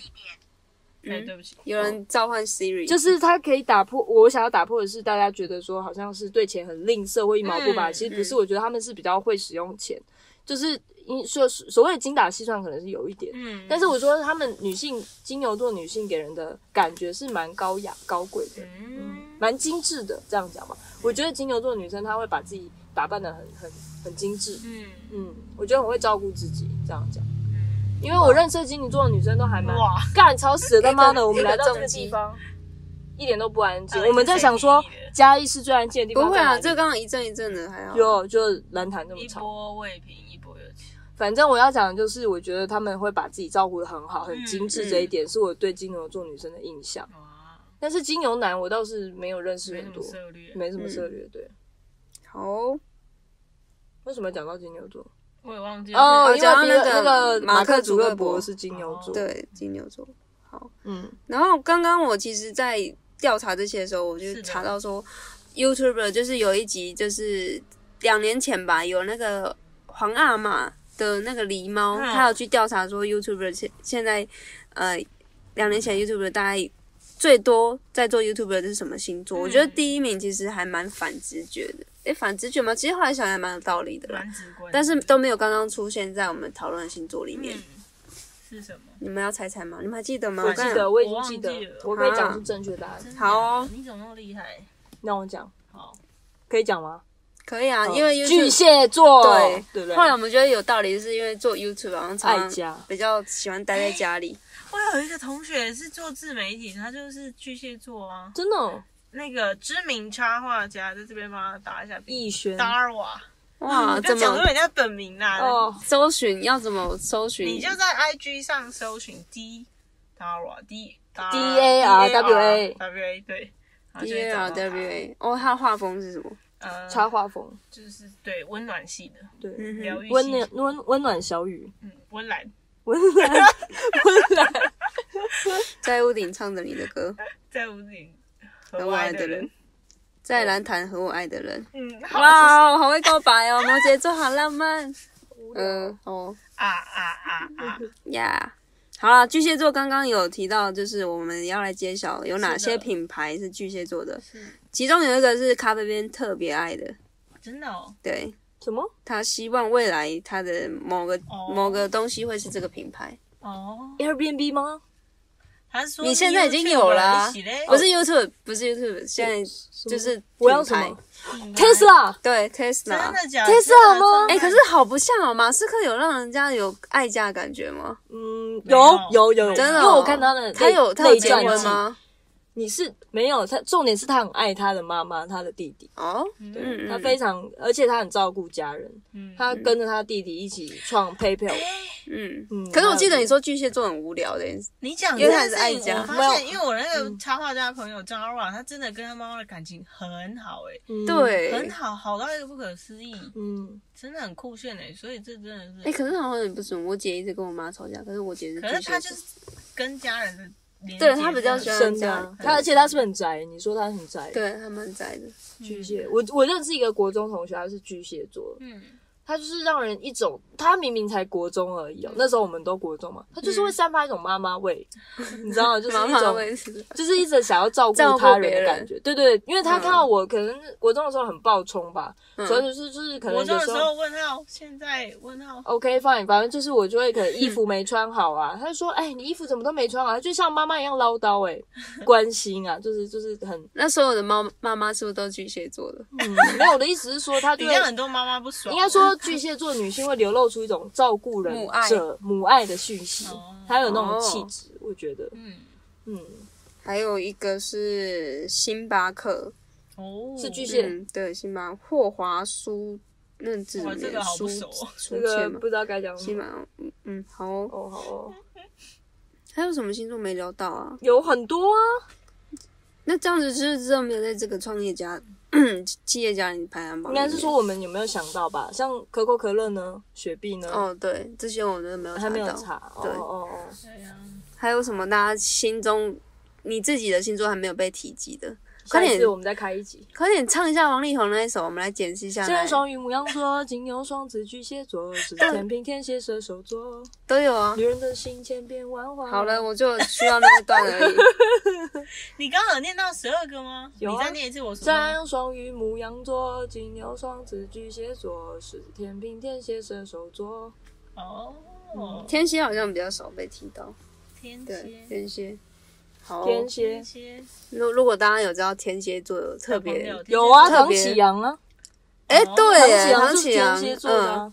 哎，对不起，有人召唤 Siri，就是他可以打破我想要打破的是，大家觉得说好像是对钱很吝啬或一毛不拔，嗯其实不是，我觉得他们是比较会使用钱，就是因所所谓的精打细算可能是有一点，嗯，但是我说他们女性金牛座女性给人的感觉是蛮高雅高贵的，嗯，蛮精致的，这样讲吧，我觉得金牛座女生她会把自己打扮的很很很精致，嗯，嗯，我觉得很会照顾自己，这样讲。因为我认识的金牛座的女生都还蛮哇干超死的，妈的！我们哎来到这一个个重击地方一点都不安静到，呃底我们在想说是谁提议的嘉义是最安静的地方不会在哪啊，里。这刚刚一阵一阵的还好。就就蓝潭这么一长。波未平一波又起，反正我要讲的就是，我觉得他们会把自己照顾的很好，很精嗯致，这一点是我对金牛座女生的印象。哇，但是金牛男我倒是没有认识没什很么多，策略，没什嗯么策略。对，好哦，为什么要讲到金牛座？我也忘记了哦，因为嗯讲到比尔那个那个马马克克祖祖克克伯哦伯是金牛座，，对，金牛座。嗯，然后刚刚我其实，在调查这些的时候，我是就的查到说，YouTuber 就是有一集，就是两年前吧，有那个皇阿玛的那个狸猫，嗯他有去调查说 YouTuber 现现在，呃，两年前嗯 YouTuber 大概最多在做 YouTuber 的是什么星座？嗯我觉得第一名其实还蛮反直觉的，诶，反直觉吗？其实后来想想蛮有道理的啦，蛮直观的，但是都没有刚刚出现在我们讨论的星座里面。嗯是什么？你们要猜猜吗？你们还记得吗？我我记刚才得我已我经忘记得记了，我可以讲啊出正确答案。真的好哦假的你怎么那么厉害？那我讲，好，可以讲吗？嗯可以啊，因为 YouTube, 巨蟹座，对对不后来对？我们觉得有道理，是因为做 YouTube 好像爱常常家，比较喜欢待在家里。我有一个同学是做自媒体，他就是巨蟹座啊，真的哦那个知名插画家，在这边帮他打一下逸比。轩，达尔瓦，哇，你不要怎讲出啊么人家本名啦。哦，搜寻？要怎么搜寻？你就在 IG 上搜寻 D 达尔瓦 D D A R W A W A 对 D A 啊 R W A。哦，他的画风是什么？呃，插画风，就是对温暖系的对，嗯疗哼，愈温系暖温温暖小雨，嗯温岚温暖温暖，在屋顶唱着你的歌，在屋顶和和我我爱爱的的人人，，在蓝潭和我爱的人。嗯，好啊哇，我好会告白哦，摩羯座好浪漫。嗯、哦啊啊啊！呀。好了，巨蟹座刚刚有提到，就是我们要来揭晓有哪是些的品牌是巨蟹座的，是其中有一个是咖啡边特别爱的，真的哦，对，什么？他希望未来他的某个、哦某个东西会是这个品牌，哦， Airbnb 吗？他是说你现在已经有了啊你起嘞不是 YouTube，不是 YouTube，现在就是我要品什牌么？Tesla 对真 Tesla。的假的？ Tesla 真的吗真的哎、可是好不像哦，马斯克有让人家有爱家的感觉吗？嗯，没有有有有，真的哦因为我看他的他内有他有内结传婚记，吗？你是没有他，重点是他很爱他的妈妈，他的弟弟，哦，嗯他非常，而且他很照顾家人，嗯他跟着他弟弟一起创 PayPal，嗯嗯可是我记得你说巨蟹座很无聊的，你讲因为他这也是件事情爱家嗯我发现，因为我那个插画家朋友张阿瓦，他真的跟他妈妈的感情很好，哎，嗯，很对。好，好到一个不可思议，嗯，真的很酷炫哎，所以这真的哎、是，可是好像也不准。我姐一直跟我妈吵架，可是我姐是可是巨他蟹就座，是跟家人的连接对他比较喜欢真的啊，这样他而且他是不是很宅？你说他很宅，对她蛮宅的。巨蟹，我我认识一个国中同学，他是巨蟹座，嗯，他就是让人一种，他明明才国中而已哦，那时候我们都国中嘛，他就是会散发一种妈妈味， 你知道吗？就是妈一妈种会是就是一直想要照顾他人的感觉，对对，因为他看到我可能国中的时候很暴冲吧，嗯主要就是就是可能国中有的时时候候问号，现在问号， OK fine，反正就是我就会可能衣服没穿好啊，他就说哎你衣服怎么都没穿好，他就像妈妈一样唠叨哎、关心啊，就是就是很那所有的妈妈妈是不是都巨蟹座的？嗯，没有我的意思是说他你就 让会很多妈妈不爽，啊应该说巨蟹座女性会流露出一种照顾人母爱者母爱的讯息哦，她有那种气质，我觉得嗯，哦嗯还有一个是星巴克，哦，是巨蟹嗯，对，星巴克霍华苏，那个字怎哇么这念个好不苏熟哦这 苏个倩吗不？知道该讲什星么巴，嗯嗯，好哦。哦好哦，还有什么星座没聊到啊？有很多啊。那这样子就是真的没有在这个创业家、 企业家里排行榜应里面。该是说我们有没有想到吧？像可口可乐呢，雪碧呢，哦，对，这些我都没有查还没有到。查。哦对哦哦，对啊呀，还有什么大家心中你自己的星座还没有被提及的？快下点一次我们再开一集。快点唱一下王力宏那一首，我们来解释一下现来在。双鱼、母羊座、金牛、双子、巨蟹座，是天平、天蝎、射手座。都有啊。女人的心千变万化。好了，我就需要那一段 而已。你刚刚有念到十二个吗？有啊啊你再念一次我数。山羊、双鱼、母羊座、金牛、双子、巨蟹座，是天平、天蝎、射手座。哦，天蝎好像比较少被提到，天嗯对，蝎，天蝎。好哦，天天蝎蝎，如如果大家有知道天蝎座有特朋别，友有啊，特唐别启阳啊，哎，哦对耶，唐唐就是启阳天，蝎座的嗯啊。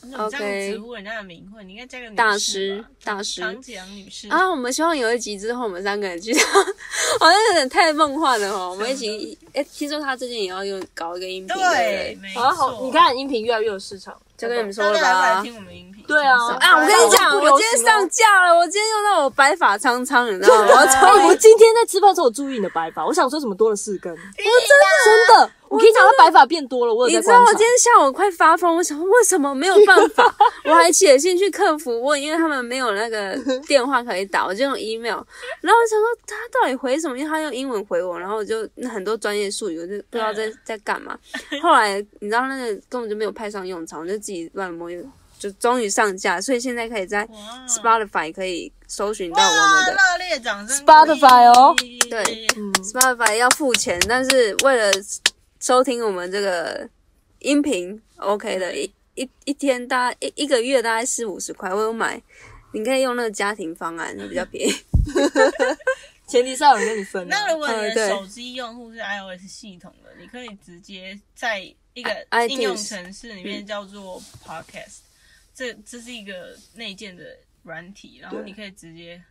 你怎么这 OK 样直呼人家的名讳？你应该加个女士吧大师大师唐启阳女士。啊，我们希望有一集之后，我们三个人去， 好像有点太梦幻了 哦。我们一起，哎，听说他最近也要用搞一个音频，对，不没好啊错。好，你，看音频越来越有市场。就跟你们说大了家还是来吧。听我们音频。啊对啊真的啊！我跟你讲，不流行哦我今天上架了，我今天用到我白发苍苍，你 知道吗？我哎、超我今天在吃饭的时候，我注意你的白发，我想说怎么多了四根，真真的，我跟你讲，他白发变多了，我你有在知道观我察今。天下午快发疯，我想为什么没有办法？ 我还写信去客服问，因为他们没有那 个电话可以打，我就用 email。然后我想说他到底回什么？因为他用英文回我，然后我就很多专业术语，我就不知道嗯在在干嘛。后来你知道那个根本就没有派上用场，我就自己乱摸，就终于上架，所以现在可以在的哇 Spotify 可以搜寻到我们的。热烈掌声 Spotify 哦，对，嗯， Spotify 要付钱，但是为了收听我们这个音频，OK 的，一一一天大概一一个月大概 四五十块，我有买，你可以用那个家庭方案，比较便宜。前提是要有人跟你分、啊。那如果你嗯对的手机用户是 iOS 系统的，你可以直接在一个啊 i- 应用 iTunes 程式里面叫做 Podcast，、这这是一个内建的软体，然后对你可以直接嗯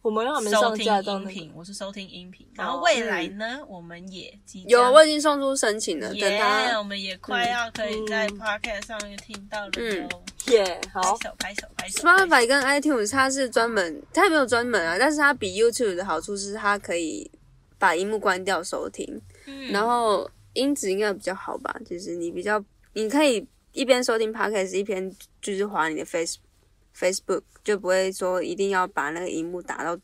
我们让他们收上听架到那音个哦频。我是收听音频，然后未来呢，我们也即将有，我已经送出申请了，等耶我他们也快要可以在嗯 Podcast 上面听到了嗯哟。耶，拍好，手拍手拍手。拍手 Spotify 跟 iTunes 它是专门，它也没有专门啊，但是它比 YouTube 的好处是它可以把荧幕关掉收听，嗯然后音质应该比较好吧，就是你比较你可以一边收听 Podcast 一边就是滑你的 Face Facebook，就不会说一定要把那个荧幕打到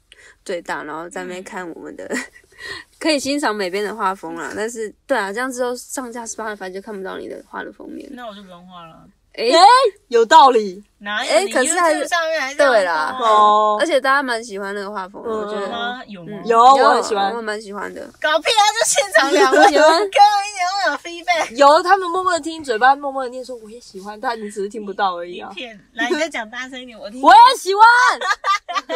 最大，然后在那边嗯看我们的。 可以欣赏美编的画风啦，嗯但是对啊，这样之后上架 Spotify 就看不到你的画的封面了。那我就不用画了。嗯诶、哦有道理哪有？哎你可是还是 YouTube 上面还是对啦哦，哦而。且大家蛮喜欢那个画风的，嗯我觉有得吗？有吗？嗯有我很喜欢我蛮喜欢的。搞屁啊！就现场聊，我喜欢跟我一点都没有 feedback。有，他们默默的听，嘴巴默默的念说我也喜欢，但你只是听不到而已一啊。片，来，你再讲大声一点，我听。我也喜欢，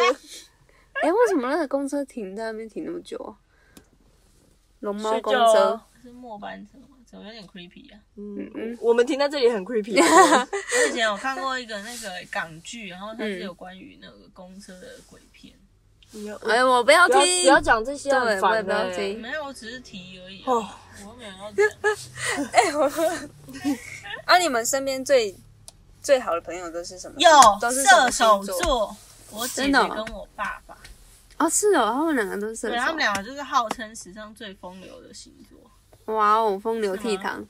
哎、为什么那个公车停在那边停那么久啊？龙猫睡公觉车啊，是末班车吗？怎么有点 creepy 啊？嗯，我们停在这里很 creepy，我以前有看过一个那个港剧，然后它是嗯有关于那个公车的鬼片。你要哎、我不要不听要，不要讲这些，对很我也烦不要的欸。听没有，我只是提而已啊。哦我没有要讲。 啊！你们身边最最好的朋友都是什么？有都是什么射手星座座，我姐姐真的哦跟我爸爸，哦，是哦，他们两个都是射对他们手。两个就是号称史上最风流的星座。哇哦，风流倜傥。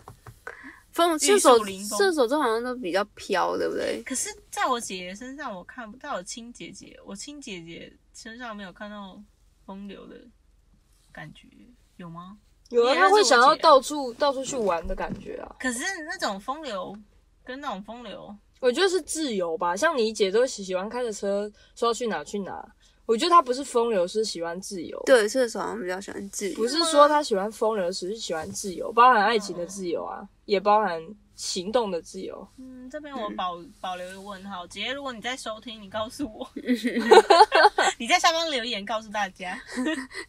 风射玉手树临风射手座好像都比较飘，对不对？可是，在我姐姐身上我看不到，我亲姐姐，我亲姐姐身上没有看到风流的感觉，有吗？有啊，你也他会认识想我要姐啊到处到处去玩的感觉啊。可是那种风流跟那种风流，我觉得是自由吧，像你姐都喜喜欢开着车，说要去哪去哪。我觉得她不是风流，是喜欢自由。，对，射手好像比较喜欢自由不。是说她喜欢风流，只是喜欢自由，包含爱情的自由啊，也包含行动的自由。嗯，这边我保、保留一个问号。姐姐，如果你在收听，你告诉 我，你在下方留言告诉大家。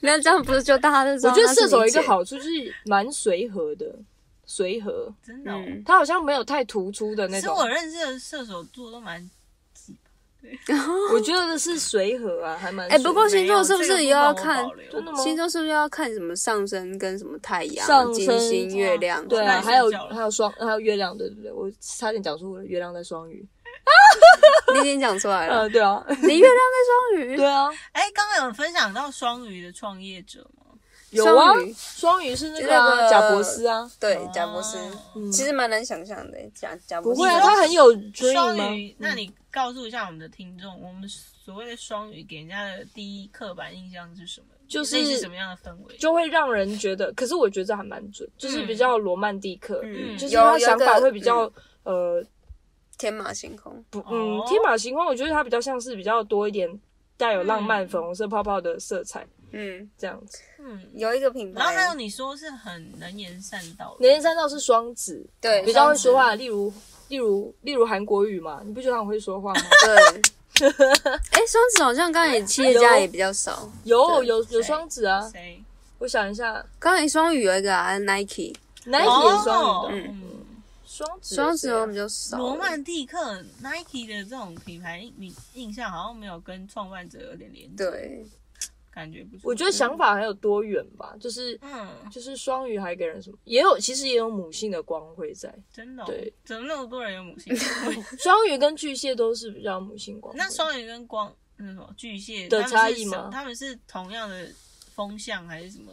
那这样不是就大家都知我道？觉得射手有一个，好处就是蛮随和的，随和，真的、哦，嗯，他好像没有太突出的那其实种。我认识的射手座都蛮我觉得是随和啊，还蛮随哎、和。不过没星有座是不这是个部也分要我看保？留真的吗？星座是不是要看什么上升跟什么太嗯阳、上金升星、月亮？对啊，那还有睡觉了还有双还有月亮，对对对，我差点讲出我的月亮在双鱼。你已经讲出来了呃，。对 啊，你月亮在双鱼，对啊，哎，刚刚有分享到双鱼的创业者吗？有啊双鱼，双鱼是那个啊那个贾博斯啊，对，贾博士哦嗯其实蛮难想象的，贾贾博不士会啊，你说他很有双 dream 鱼吗，？那你告诉一下我们的听众，我们所谓的双鱼给人家的第一刻板印象是什么？就是类似什么样的氛围？就会让人觉得，可是我觉得这还蛮准，就是比较罗曼蒂克，嗯就是有有他一个想嗯法会比较呃天马行空，不嗯哦天马行空，我觉得它比较像是比较多一点带有浪漫粉红色泡泡的色彩嗯，这样子。嗯，有一个品然后还有牌，你说是很能言善道的，雷神三道是双子，对，比较会双子说，话，例如例如例如韩国语嘛，你不觉得他很会说 话吗？对。 哎，双子好像刚才企业家也比较少，有对有有谁双子啊，谁？我想一下刚才双鱼有一个啊，Nike， ，Nike 哦也双鱼的，嗯，双子有双子谁好啊像比较少。罗曼蒂克 Nike 的这种品牌印印象好像没有跟创办者有点连接，，对，感觉不出来。我觉得想法很有多元吧，就是嗯，就是双鱼还给人什么，也有其实也有母性的光辉在。真的、哦，对，怎么那么多人有 母性？双鱼跟巨蟹都是比较母性光辉。那双鱼跟光那什么巨蟹的他们是差异什吗他们是同样的风向还是什么？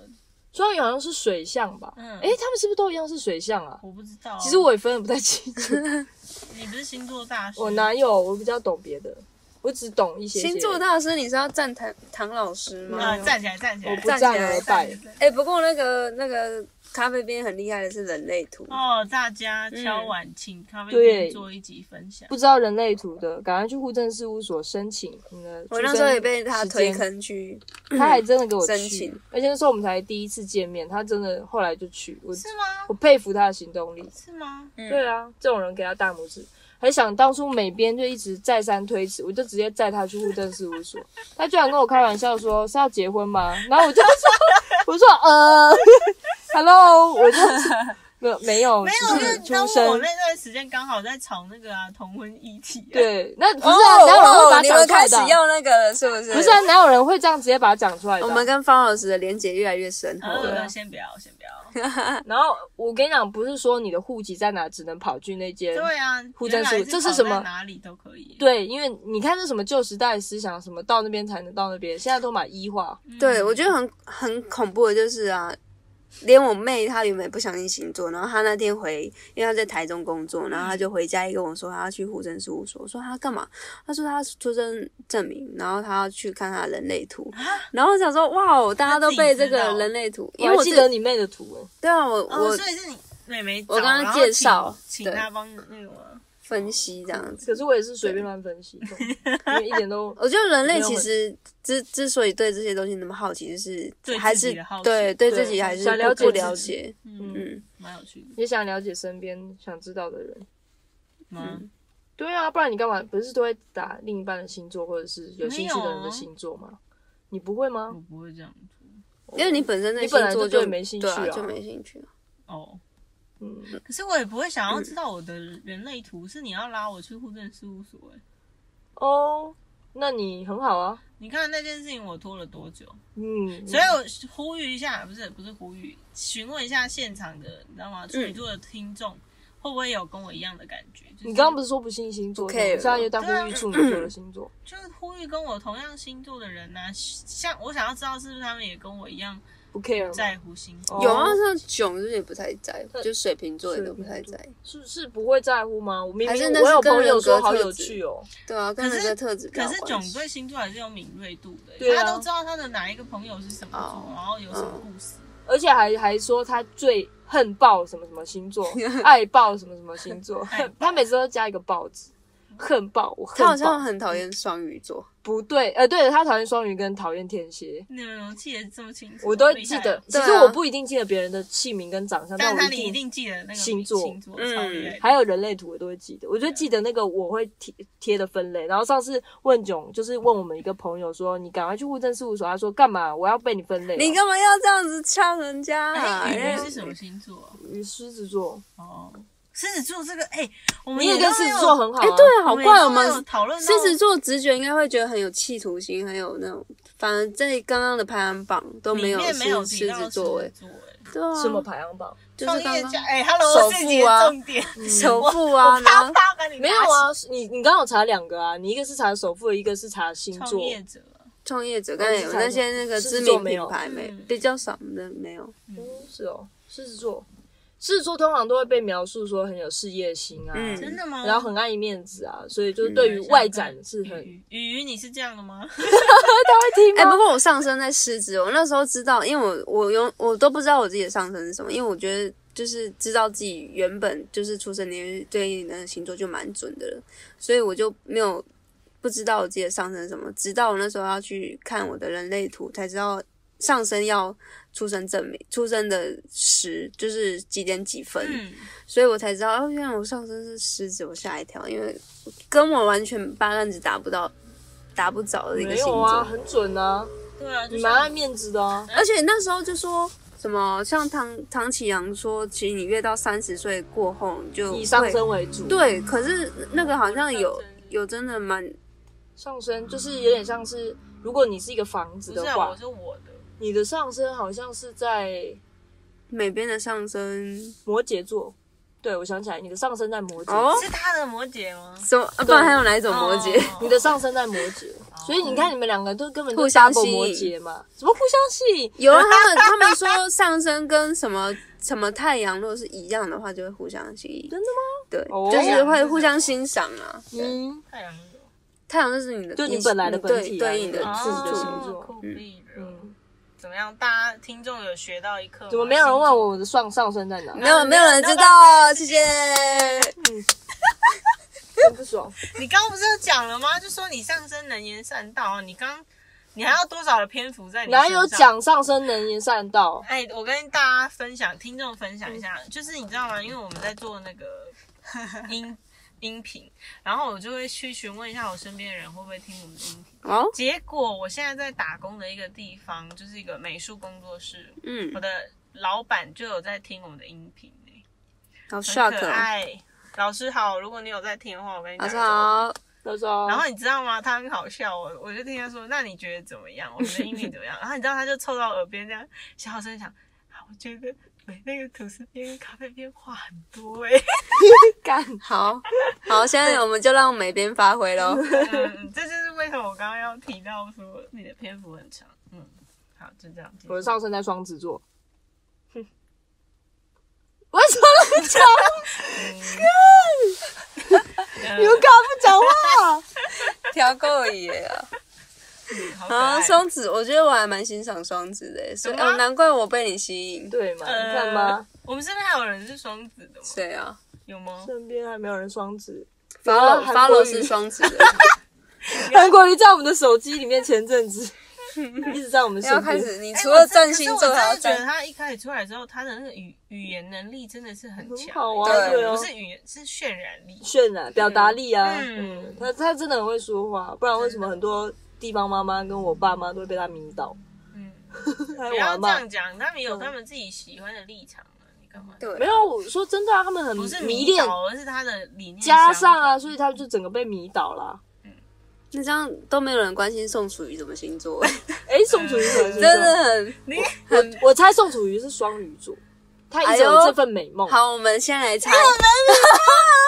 双鱼好像是水象吧？嗯诶，他们是不是都一样是水象啊？我不知道。其实我也分的不太清 楚，你不是星座大师，我哪有？我比较懂别的，我只懂一些些星座大师，你是要站唐唐老师吗啊？站起来站起来，我不站起战来而站败起。来哎、不过那个那个咖啡边很厉害的是人类图，哦，大家敲嗯碗请咖啡对店做一集分享不。知道人类图的，赶快去户政事务所申请你的。我那时候也被他推，坑去，他还真的给我申去请，而且那时候我们才第一次见面，他真的后来就去，我是吗？我佩服他的行动力。是吗？嗯对啊，这种人给他大拇指。还想当初美编就一直再三推辞，我就直接载他去户政事务所。他居然跟我开玩笑说是要结婚吗？然后我就说，我说呃，hello，我就没有没有只没有，就是是当出我生那。段时间刚好在吵那个啊同婚议题、啊，，对，那不是啊，哪有人哦会把它哦你讲们出来开始的啊？要那个了，是不是？不是啊，哪有人会这样直接把它讲出来的我啊？们跟方老师的连接越来越深厚了。呃，先不要，先不要。然后我跟你讲，不是说你的户籍在哪，只能跑去那间。对啊，户政事务原来这是跑什在么哪里都可以。对因为你看那什么旧时代思想，什么到那边才能到那边，现在都买一化。嗯对，我觉得很很恐怖的就是啊，连我妹她原本不相信星座，然后她那天回，因为她在台中工作，然后她就回家一跟我说她要去户政事务所，我说她干嘛？她说她出生证明，然后她要去看她的人类图，然后我想说哇哦，大家都被这个人类图，因为我我记是得你妹的图欸，对啊，我哦，我所以是你妹妹找，我刚刚然后介绍请对请她帮那个吗？分析这样子。可是我也是随便乱分析的，因为一点都 我觉得人类没有其很实之之所以对这些东西那么好奇，就是对还自是己的好奇对对自对己还是想不了解不自了己解，嗯，嗯，蛮有趣的也想了解身边想知道的人。吗？嗯对啊，不然你干嘛？不是都会打另一半的星座，或者是有兴趣的人没有的啊星座吗？你不会吗我？不会这样做因为你本身对你本来星座就对就没兴对趣啊，啊就没兴趣。哦。嗯，可是我也不会想要知道我的人类图，是你要拉我去户政事务所、欸。哦，那你很好啊。你看那件事情我拖了多久？嗯，所以我呼吁一下，不是不是呼吁，询问一下现场的，你知道吗？处嗯女座的听众、会不会有跟我一样的感觉？就是、你刚刚不是说不信星座吗？不 care 现在又在呼对吁啊处女座的星座。就是呼吁跟我同样星座的人呢、啊像我想要知道是不是他们也跟我一样 不 care 吗在乎星座。哦有啊，像囧就是也不太在乎，对就水瓶座也都不水太瓶在座意。是是不会在乎吗？我明还是明那我是有个朋人友说格好特有质趣哦，对啊，跟可人是的特质比较可有是关囧系对星座还是有敏锐度的、对啊嗯他都知道他的哪一个朋友是什么座哦然后有什么故事。而且还还说他最恨爆什么什么星 座，爱爆什么什么星 座爱爆，他每次都加一个爆字，恨爆我恨他爆，好像很讨嗯厌双鱼座，不对，呃，对他讨厌双鱼跟讨厌天蝎。你们怎么记得这么清楚？我都好会厉记害哦得，，其对实啊我不一定记得别人的姓名跟长相，但我他你一一定记得那个星座星座嗯超厉害还有人类图我都会记得，啊我就记得那个我会贴贴的分类。然后上次问囧，就是问我们一个朋友说，你赶快去户政事务所，他说干嘛？我要被你分类、哦你跟干嘛要这样子呛人家啊？哦哎，雨人人家是什么星座？啊狮子嗯座，哦，狮子座这个，哎，我们你也都跟狮子座有很好、啊。哎，对啊，好们怪也我都们有讨论狮到子座直觉应该会觉得很有企图心，很有那种，反而在刚刚的排行榜都里没有面没有狮提狮到子座哎狮，子座哎。对啊，什么排行榜？就是创刚业家刚哎，Hello，首这富集的啊重点， 首富啊，然后他跟你没有啊，你你刚好查两个啊，你一个是查首富，一个是查星拿起，座创。业者创业者刚才有那些那个知狮子座名没有品牌没嗯比较少的没有，是哦，狮子座，狮子座通常都会被描述说很有事业心啊，嗯真的吗？然后很爱面子啊，所以就是对于外展是很。啊雨雨，你是这样的吗？嗯哎、不过我上身在狮子，我那时候知道，因为我我永我都不知道我自己的上身是什么，因为我觉得就是知道自己原本就是出生年月对应的星座就蛮准的了，所以我就没有不知道我自己的上身是什么，直到我那时候要去看我的人类图才知道上身要出生证明，出生的时就是几点几分，嗯，所以我才知道哦，原来我上身是狮子，我吓一跳，因为跟我完全八竿子打不到。打不着的一个没星有座，啊，很准啊，对啊，就你蛮爱像面子的啊。而且那时候就说什么，像唐唐启阳说，其实你越到三十岁过后，你就以上会升为主，，嗯对，可是那个好像有上升有真的蛮上升就是有点像是，如果你是一个房子不的是啊，话我，是我的，你的上升好像是在美边的上升摩羯座。对，我想起来，你的上升在摩羯，哦，是他的摩羯吗？什么？啊不然还有哪一种摩羯？哦你的上升在摩羯，所以你看你们两个都根本就互相 double 吸摩引羯嘛，怎么互相吸引？ 有啊，他们他们说上升跟什么什么太阳如果是一样的话，就会互相吸引。真的吗？对，哦就是会互相欣赏啊。嗯，太阳是太阳就是你的，就你本来的本体啊对对应的哦自己的助。星座酷嗯毙了嗯怎么样？大家听众有学到一课吗？怎么没有人问星座？我我的上上升在哪？没有没有人知道，谢谢。 很不爽。你刚刚不是有讲了吗？就说你上升能言善道啊，你刚你还要多少的篇幅在 你哪身有上？讲上升能言善道？哎，我跟大家分享，听众分享一下，就是你知道吗？因为我们在做那个 音音频，然后我就会去询问一下我身边的人会不会听我们的音频。哦，结果我现在在打工的一个地方，就是一个美术工作室，嗯我，的老板就有在听我们的音频、欸，好很 shock，可哦爱。老师好，如果你有在听的话，我跟你老讲。师好，他 说，然后你知道吗？他很好笑，我我就听他说，那你觉得怎么样？我们的音频怎么样？ 然后你知道他就凑到耳边这样小声讲，啊，我觉得美那个吐司边跟咖啡边话很多 哎、干， 好，好，现在我们就让美编发挥喽。嗯，这就是为什么我刚刚要提到说你的篇幅很长。嗯，好，就这样。我的上升在双子座，为什么？ 嗯你们干嘛不讲话？调够耶啊！好可啊， 爱双子，我觉得我还蛮欣赏双子的耶，所以有吗哦，难怪我被你吸引。对嘛？呃你看吗？我们身边还有人是双子的吗？谁啊？有吗？身边还没有人双子，发有啊楼韩发国楼语是双 子的， 韩国瑜在我们的手机里面，前阵 子一直在我们身要边。开始，你哎除我了真占可是星我座还要真的觉得占，他一开始出来之后，他的那个语语言能力真的是很强、很好啊欸对不啊是语言是渲染力。渲染表达力啊，嗯嗯，他他真的很会说话，不然为什么很多地方妈妈跟我爸妈都会被他迷倒？嗯，还不有我阿要这嬷样讲，他们嗯有他们自己喜欢的立场啊，你干嘛？对，没有，我说真的啊，他们很不是迷迷恋，倒，而是他的理念加相上啊，所以他们就整个被迷倒啊啦。那这样都没有人关心宋楚瑜什么星座，哎，宋楚瑜什么星座真的很我猜宋楚瑜是双鱼座，他一直有哎呦这份美梦。好。我们先来猜，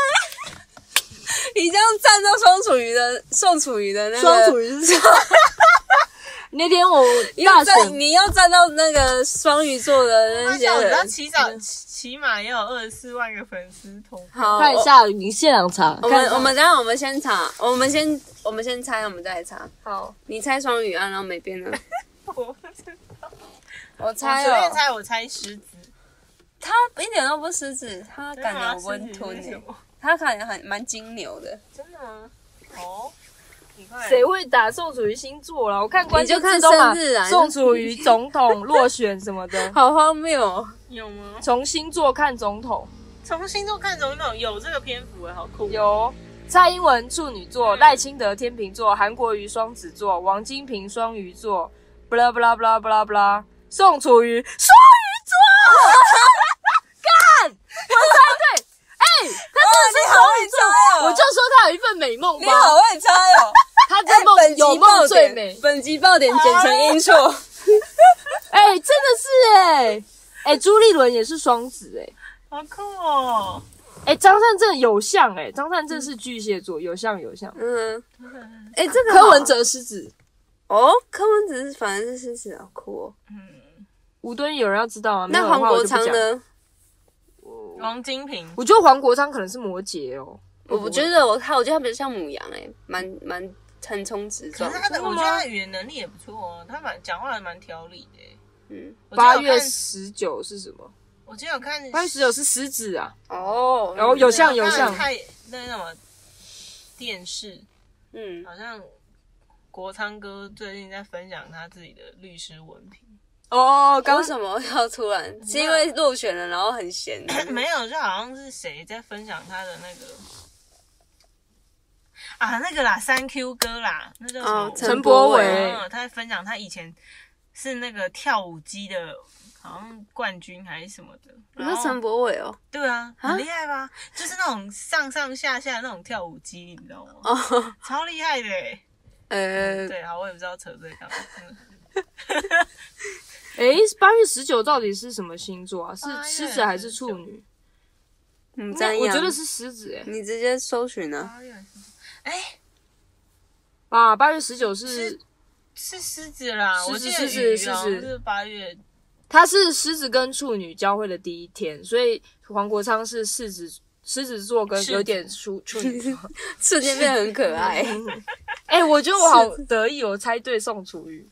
你这样站到宋楚瑜的宋楚瑜的那个双楚瑜是。 那天我大要站，选，你要站到那个双鱼座的那那些像我知道人。起早起码也有二十四万个粉丝同步。好，看一下你现场查，我。我看一们下我们等一下我们先查，我们先我们先猜，我们再来查。好，你猜双鱼啊，然后没变呢？ 我我随我猜便哦，猜，我猜狮子。他一点都不狮子，他感觉很温吞欸啊狮子诶是什，么他感觉很蛮金牛的。真的吗？哦，你快谁会打宋楚瑜星座啦？我看关你就键看字都把生日啊，宋楚瑜总统落选什么的好荒谬哦！有吗？从星座看总统，从星座看总统有这个篇幅哎，好酷。有蔡英文处女座，嗯赖清德天秤座，韩国瑜双子座，王金平双鱼座，不啦不啦不啦不啦不啦，宋楚 瑜双哦你好会猜哦鱼，我就说他有一份美梦你吧，好会猜哦！他这梦本集有爆梦最点美，，本集爆点简称音错。哎、真的是哎、哎、朱立伦也是双子哎、好酷哦！哎、张善政有像哎、张善政是巨蟹座，有像有像。嗯，哎，这个好柯文哲狮子，哦，柯文哲是反正是狮子，好酷哦。嗯，吴敦义有人要知道啊。没有那的话黄国昌我就不讲？呢？王金平，我觉得黄国昌可能是摩羯哦。我我觉得我他，我觉得他比较像母羊哎、蛮蛮横冲直可撞是。他的，真的我吗觉得他的语言能力也不错哦，他蛮讲话还蛮条理的欸。嗯，我记得八有看月十九是什么？我记得有看，八月十九是狮子啊。哦，然后有像有有像看那什么电视，嗯，好像国昌哥最近在分享他自己的律师文 凭，哦，刚刚啊为什么要突然？是因为落选了，然后很闲。 没有，就好像是谁在分享他的那个啊那个啦，三 Q 哥啦，那叫什么哦？陈陈柏伟伟嗯，他在分享他以前是那个跳舞机的，好像冠军还是什么的。啊你然说后陈柏伟哦，对啊，很厉害吧？就是那种上上下下的那种跳舞机，你知道吗？ 哦，超厉害的欸、呃，对啊，我也不知道扯这个干嘛。嗯哎，八月十九到底是什么星座啊？是8月狮子还是处女？你那这我样，觉得是狮子哎。你直接搜 寻啊，八月十四，哎，啊，八月十九是是是狮子啦，狮子我记得狮子鱼好像狮子是八月，他是狮子跟处女交汇的第一天，所以黄国昌是狮子狮子座跟狮子有点处处女 座。瞬间变得很可爱。哎、我觉得我好得意，我猜对宋楚瑜。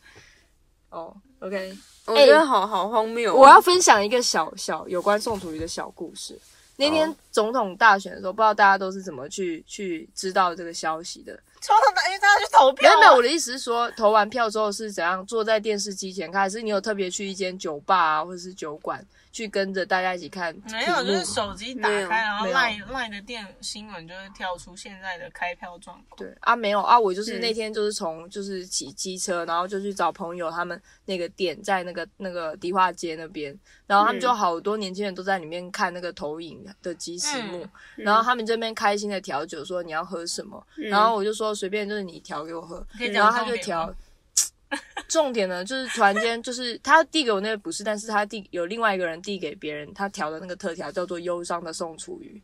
哦、o k 我觉得好好荒谬哦。哎我要分享一个小小有关宋楚瑜的小故事。那天总统大选的时候，不知道大家都是怎么去去知道这个消息的。抽到哪？因为他要去投没票啊。有没有，我的意思是说，投完票之后是怎样坐在电视机前看，还是你有特别去一间酒吧啊，或者是酒馆去跟着大家一起看题目吗。没有，就是手机打没有开，然后没有赖赖的电新闻就会跳出现在的开票状况。对啊，没有啊，我就是嗯那天就是从就是骑机车，然后就去找朋友他们那个店在那个那个迪化街那边，然后他们就嗯好多年轻人都在里面看那个投影的即时幕，嗯然后他们这边开心的调酒说你要喝什么，嗯然后我就说随便就是你调给我喝，可以然后讲他就重点吗调。 重点呢，就是突然间，就是他递给我那个不是，但是他递有另外一个人递给别人，他调的那个特调叫做忧伤的宋楚瑜。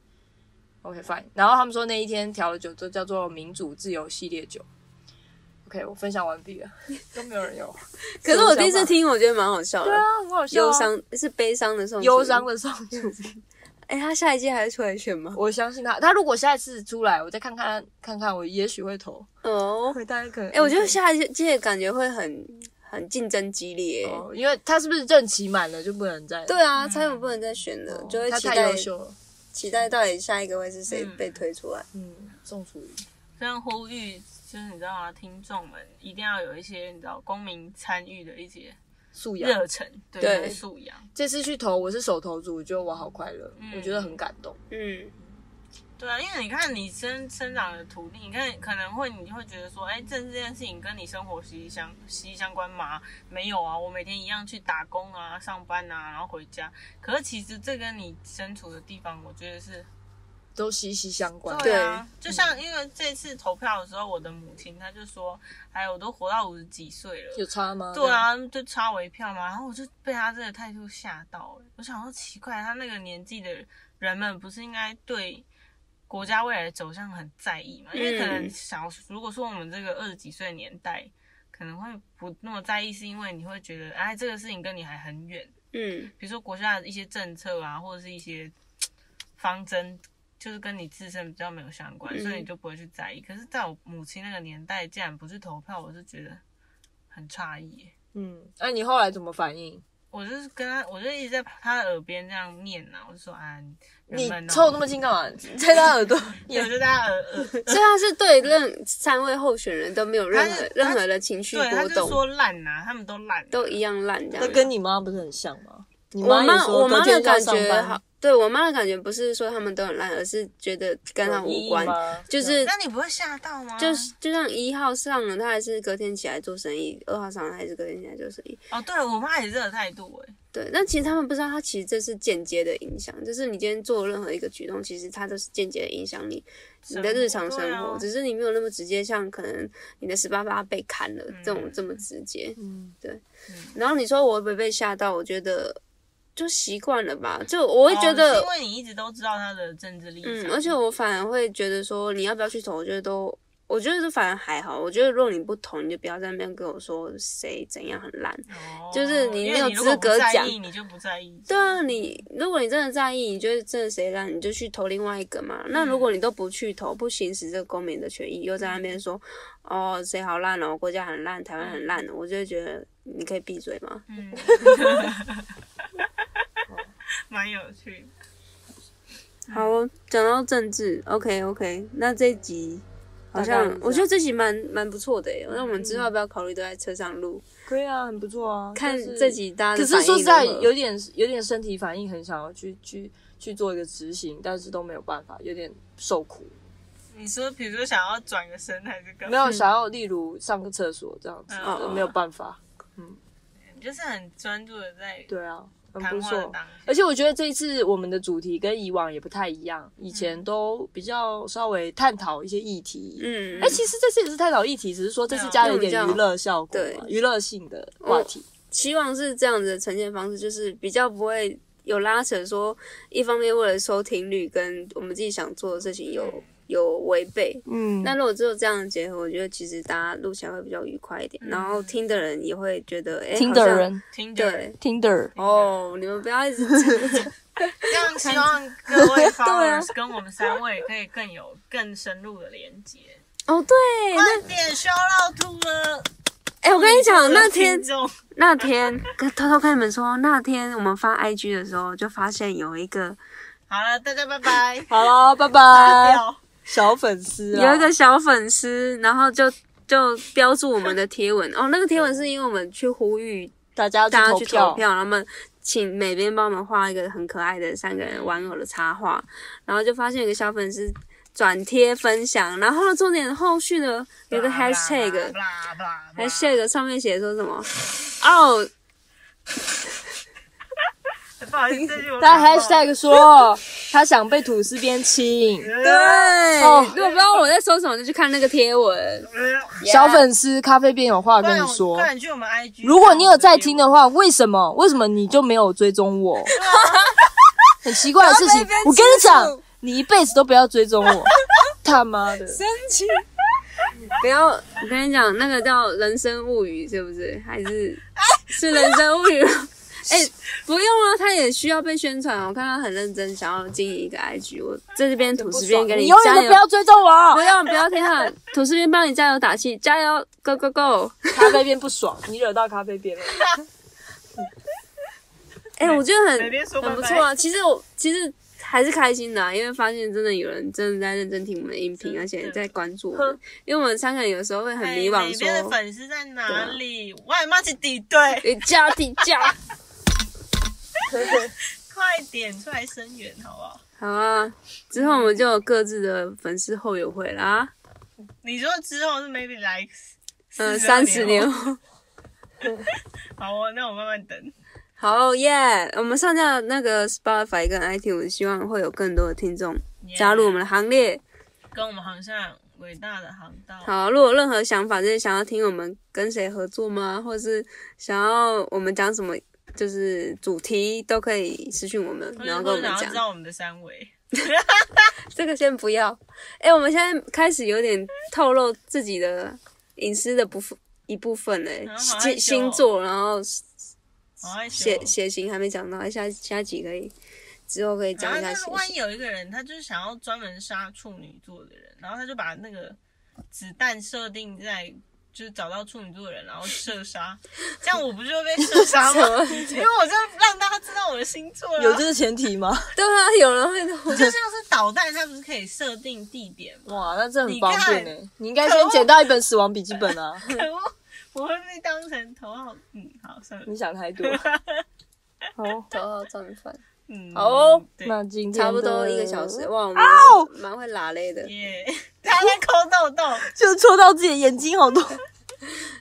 OK fine，然后他们说那一天调的酒就叫做民主自由系列酒。OK，我分享完毕了，都没有人有。 可是我第一次什么想法，听，我觉得蛮好笑的对。啊，很好笑、啊。忧，伤是悲伤的送忧伤。的宋楚瑜。哎，他下一季还会出来选吗？我相信他，他如果下一次出来，我再看看看看，我也许会投。哦，会，大家可能。哎，我觉得下一季感觉会很很竞争激烈。哦，因为他是不是任期满了就不能再？对啊，蔡永不能再选了，哦，就会他期太待优秀了。期待到底下一个会是谁嗯被推出来。嗯，宋楚瑜。这样呼吁，就是你知道啊，听众们一定要有一些你知道公民参与的一些素养。热忱，对对跟素养，这次去投，我是手投组，我觉得我好快乐，我觉得很感动。嗯，对啊，因为你看你生生长的土地，你看可能会你就会觉得说，哎，政治这件事情跟你生活息息相息息相关吗？没有啊，我每天一样去打工啊、上班啊，然后回家。可是其实这跟你身处的地方，我觉得是都息息相关。对啊，就像因为这次投票的时候，我的母亲她就说，哎，我都活到五十几岁了，有差吗？对，啊，就差我一票嘛。然后我就被他这个态度吓到、欸，我想说奇怪，他那个年纪的人们不是应该对国家未来的走向很在意嘛？因为可能嗯小，如果说我们这个二十几岁的年代，可能会不那么在意，是因为你会觉得，哎，这个事情跟你还很远。 嗯比如说国家的一些政策啊，或者是一些方针，就是跟你自身比较没有相关，嗯所以你就不会去在意。可是，在我母亲那个年代，竟然不去投票，我是觉得很诧异耶。嗯，那、你后来怎么反应？我就是跟他，我就一直在他的耳边这样念呐、啊，我就说啊，你人们哦凑那么近干嘛？在他耳朵，对我就在他耳呃 耳，所以他是对任三位候选人都没有任他何是任何的情绪对，他波就动，说烂呐、他们都烂、啊都一样烂这那样。跟你妈不是很像吗？你我也妈说我妈隔天的就要感上觉班好，对我妈的感觉不是说他们都很烂，而是觉得跟他有意无义关，吗就是那你不会吓到吗？就是就像一号上了，他还是隔天起来做生意；二号上了还是隔天起来做生意。哦，对我妈也是这个态度哎、对，但其实他们不知道，他其实这是间接的影响，就是你今天做任何一个举动，其实它都是间接的影响你你的日常生对活，啊只是你没有那么直接，像可能你的十八八被砍了这种嗯这么直接。嗯，然后你说我会不会被吓到？我觉得就习惯了吧，就我会觉哦得，是因为你一直都知道他的政治立场，嗯，而且我反而会觉得说，你要不要去投？我觉得都，我觉得这反而还好。我觉得如果你不投，你就不要在那边跟我说谁怎样很烂。哦就是你因没为有你如果资不格在讲意你就不在意。对啊，你如果你真的在意，你觉得真的谁烂，你就去投另外一个嘛。那如果你都不去投，不行使这个公民的权益，又在那边说，哦，谁好烂哦，国家很烂，台湾很烂，我就会觉得你可以闭嘴嘛。 嗯，蛮有趣的。好哦，讲到政治，OK OK，那这一集好大概像是这样我觉得这集蛮蛮不错的耶。那我们之后要不要考虑都在车上录，可以啊，很不错啊。看就是这集大家可的是反应说实在，如何有点有点身体反应，很想要去去去做一个执行，但是都没有办法，有点受苦。你说，比如说想要转个身还是干没嘛？有想要，例如上个厕所这样子，嗯就没有办法。你就是很专注的在对啊，很谈不话的错。当而且我觉得这一次我们的主题跟以往也不太一样，以前嗯都比较稍微探讨一些议题。嗯，哎、其实这次也是探讨议题，只是说这嗯次加了一点娱乐效果嘛，对娱乐性的话题。希望是这样子的呈现方式，就是比较不会有拉扯说一方面为了收听率跟我们自己想做的事情有有违背。嗯，那如果只有这样的结合，我觉得其实大家录起来会比较愉快一点，然后听的人也会觉得，哎、听好的像人，听着，对听的人，哦，你们不要 一直这样希望各位啊 followers 跟我们三位可以更有更深入的连接。哦，对，那快点 shout out to 了，哎、我跟你讲，那天听众那天跟偷偷跟你们说，那天我们发 IG 的时候，就发现有一个好了，大家拜拜，好了，拜拜拜，掉。小粉丝、啊，有一个小粉丝，然后就就标注我们的贴文哦，那个贴文是因为我们去呼吁大家大家投去投票，然后他们请美编帮我们画一个很可爱的三个人玩偶的插画，然后就发现有个小粉丝转贴分享，然后重点后续的有个 hashtag。hashtag 上面写说什 么？哦，不好意思，这句我他看不懂 hashtag 说他想被吐司边亲，对，哦如果不知道我在说什么，就去看那个贴文。小粉丝咖啡边有话不跟然你啊我说不。然去我们 IG。如果你有在听的话，为什么为什么你就没有追踪 我？很奇怪的事情不要被别人，我跟你欺讲负，你一辈子都不要追踪我， 他妈的！生气！不要，我跟你讲，那个叫《人生物语》是不是？还是是《人生物语》吗？哎、不用啊，他也需要被宣传。我看他很认真，想要经营一个 IG。我在这边土司边给你永远加都油不，要追踪我不，要不要听他的，土司边帮你加油打气，加油，Go Go Go！咖啡边不爽，你惹到咖啡边 了。哎、我觉得很哪边说很不拜错啊。其实我其实还是开心的、啊，因为发现真的有人真的在认真听我们的音频，真而且的在关注我们。因为我们三个人有时候会很哎迷惘哪，说边的粉丝在哪里？外貌去敌 对，你哎加底加。快点出来声援好不好？好啊，之后我们就有各自的粉丝后友会啦。你说之后是 maybe like 嗯、呃， 42三十年后， 好哦，那我慢慢等。好耶我们上架那个 Spotify 跟 iTunes，希望会有更多的听众 Yeah 加入我们的行列。跟我们航上伟大的航道。好，如果有任何想法，就是想要听我们跟谁合作吗？或者是想要我们讲什么，就是主题都可以私讯我们，或者然后跟嗯或我者们想要讲。知道我们的三围，这个先不要。哎、我们现在开始有点透露自己的隐私的部分一部分嘞、啊好害星羞哦星座，然后好害羞血。血型还没讲到，下下集可以之后可以讲然一后，下啊但血是万一型。有一个人，他就是想要专门杀处女座的人，然后他就把那个子弹设定在，就是找到处女座的人，然后射 杀，这样我不就会被射杀吗？因为我就让大家知道我的星座了。啊有这个前提吗？对啊，有人会就像是导弹，它不是可以设定地点吗？哇，那这很你方看便呢。你应该先捡到一本死亡笔记本 啊！嗯可恶，我会被当成头号。嗯，好，算了你。想太 多。好，头号战犯，嗯，好哦，对那今天差不多的一个小时，哇，我们哦蛮会拉嘞的。耶，他在抠痘痘。就戳到自己的眼睛，好多。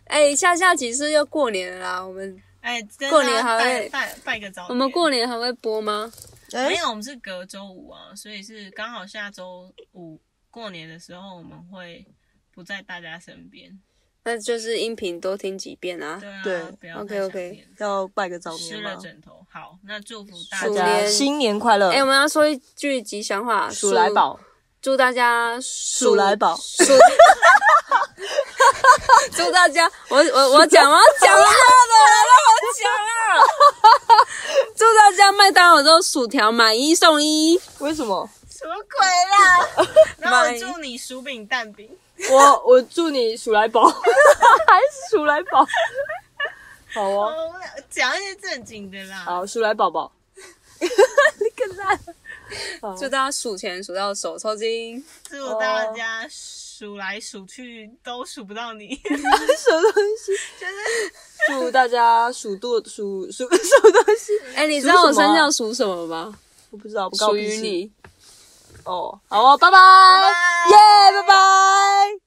哎、下下集是要过年了啦，我们哎，跟过年还大家拜会拜拜个早年。我们过年还会播吗？没哎有，我们是隔周五啊，所以是刚好下周五过年的时候，我们会不在大家身边。那就是音频多听几遍啊。对啊，对不要 OK，太想 OK 念要拜个早湿年了吗？枕头。好，那祝福大大鼠家年新年快乐哎、！我们要说一句吉祥话，鼠来宝，祝大家鼠鼠来宝鼠， 祝大家，我我我讲，我要讲了，让我讲 啊！祝大家麦当劳都薯条买一送一，为什么？什么鬼 啦？然后拜我祝你薯饼蛋饼。我我祝你鼠来宝， 还是鼠来宝？好哦，哦，讲一些正经的啦。好，鼠来宝宝，祝大家数钱数到手抽筋。祝大家数来数去都数不到你。什么东西？ 祝大家鼠肚鼠鼠什么东西？哎、你知道我属什么啊生肖属什么吗？我不知道，不告属诉于你。哦。好哦，拜拜，耶，拜拜。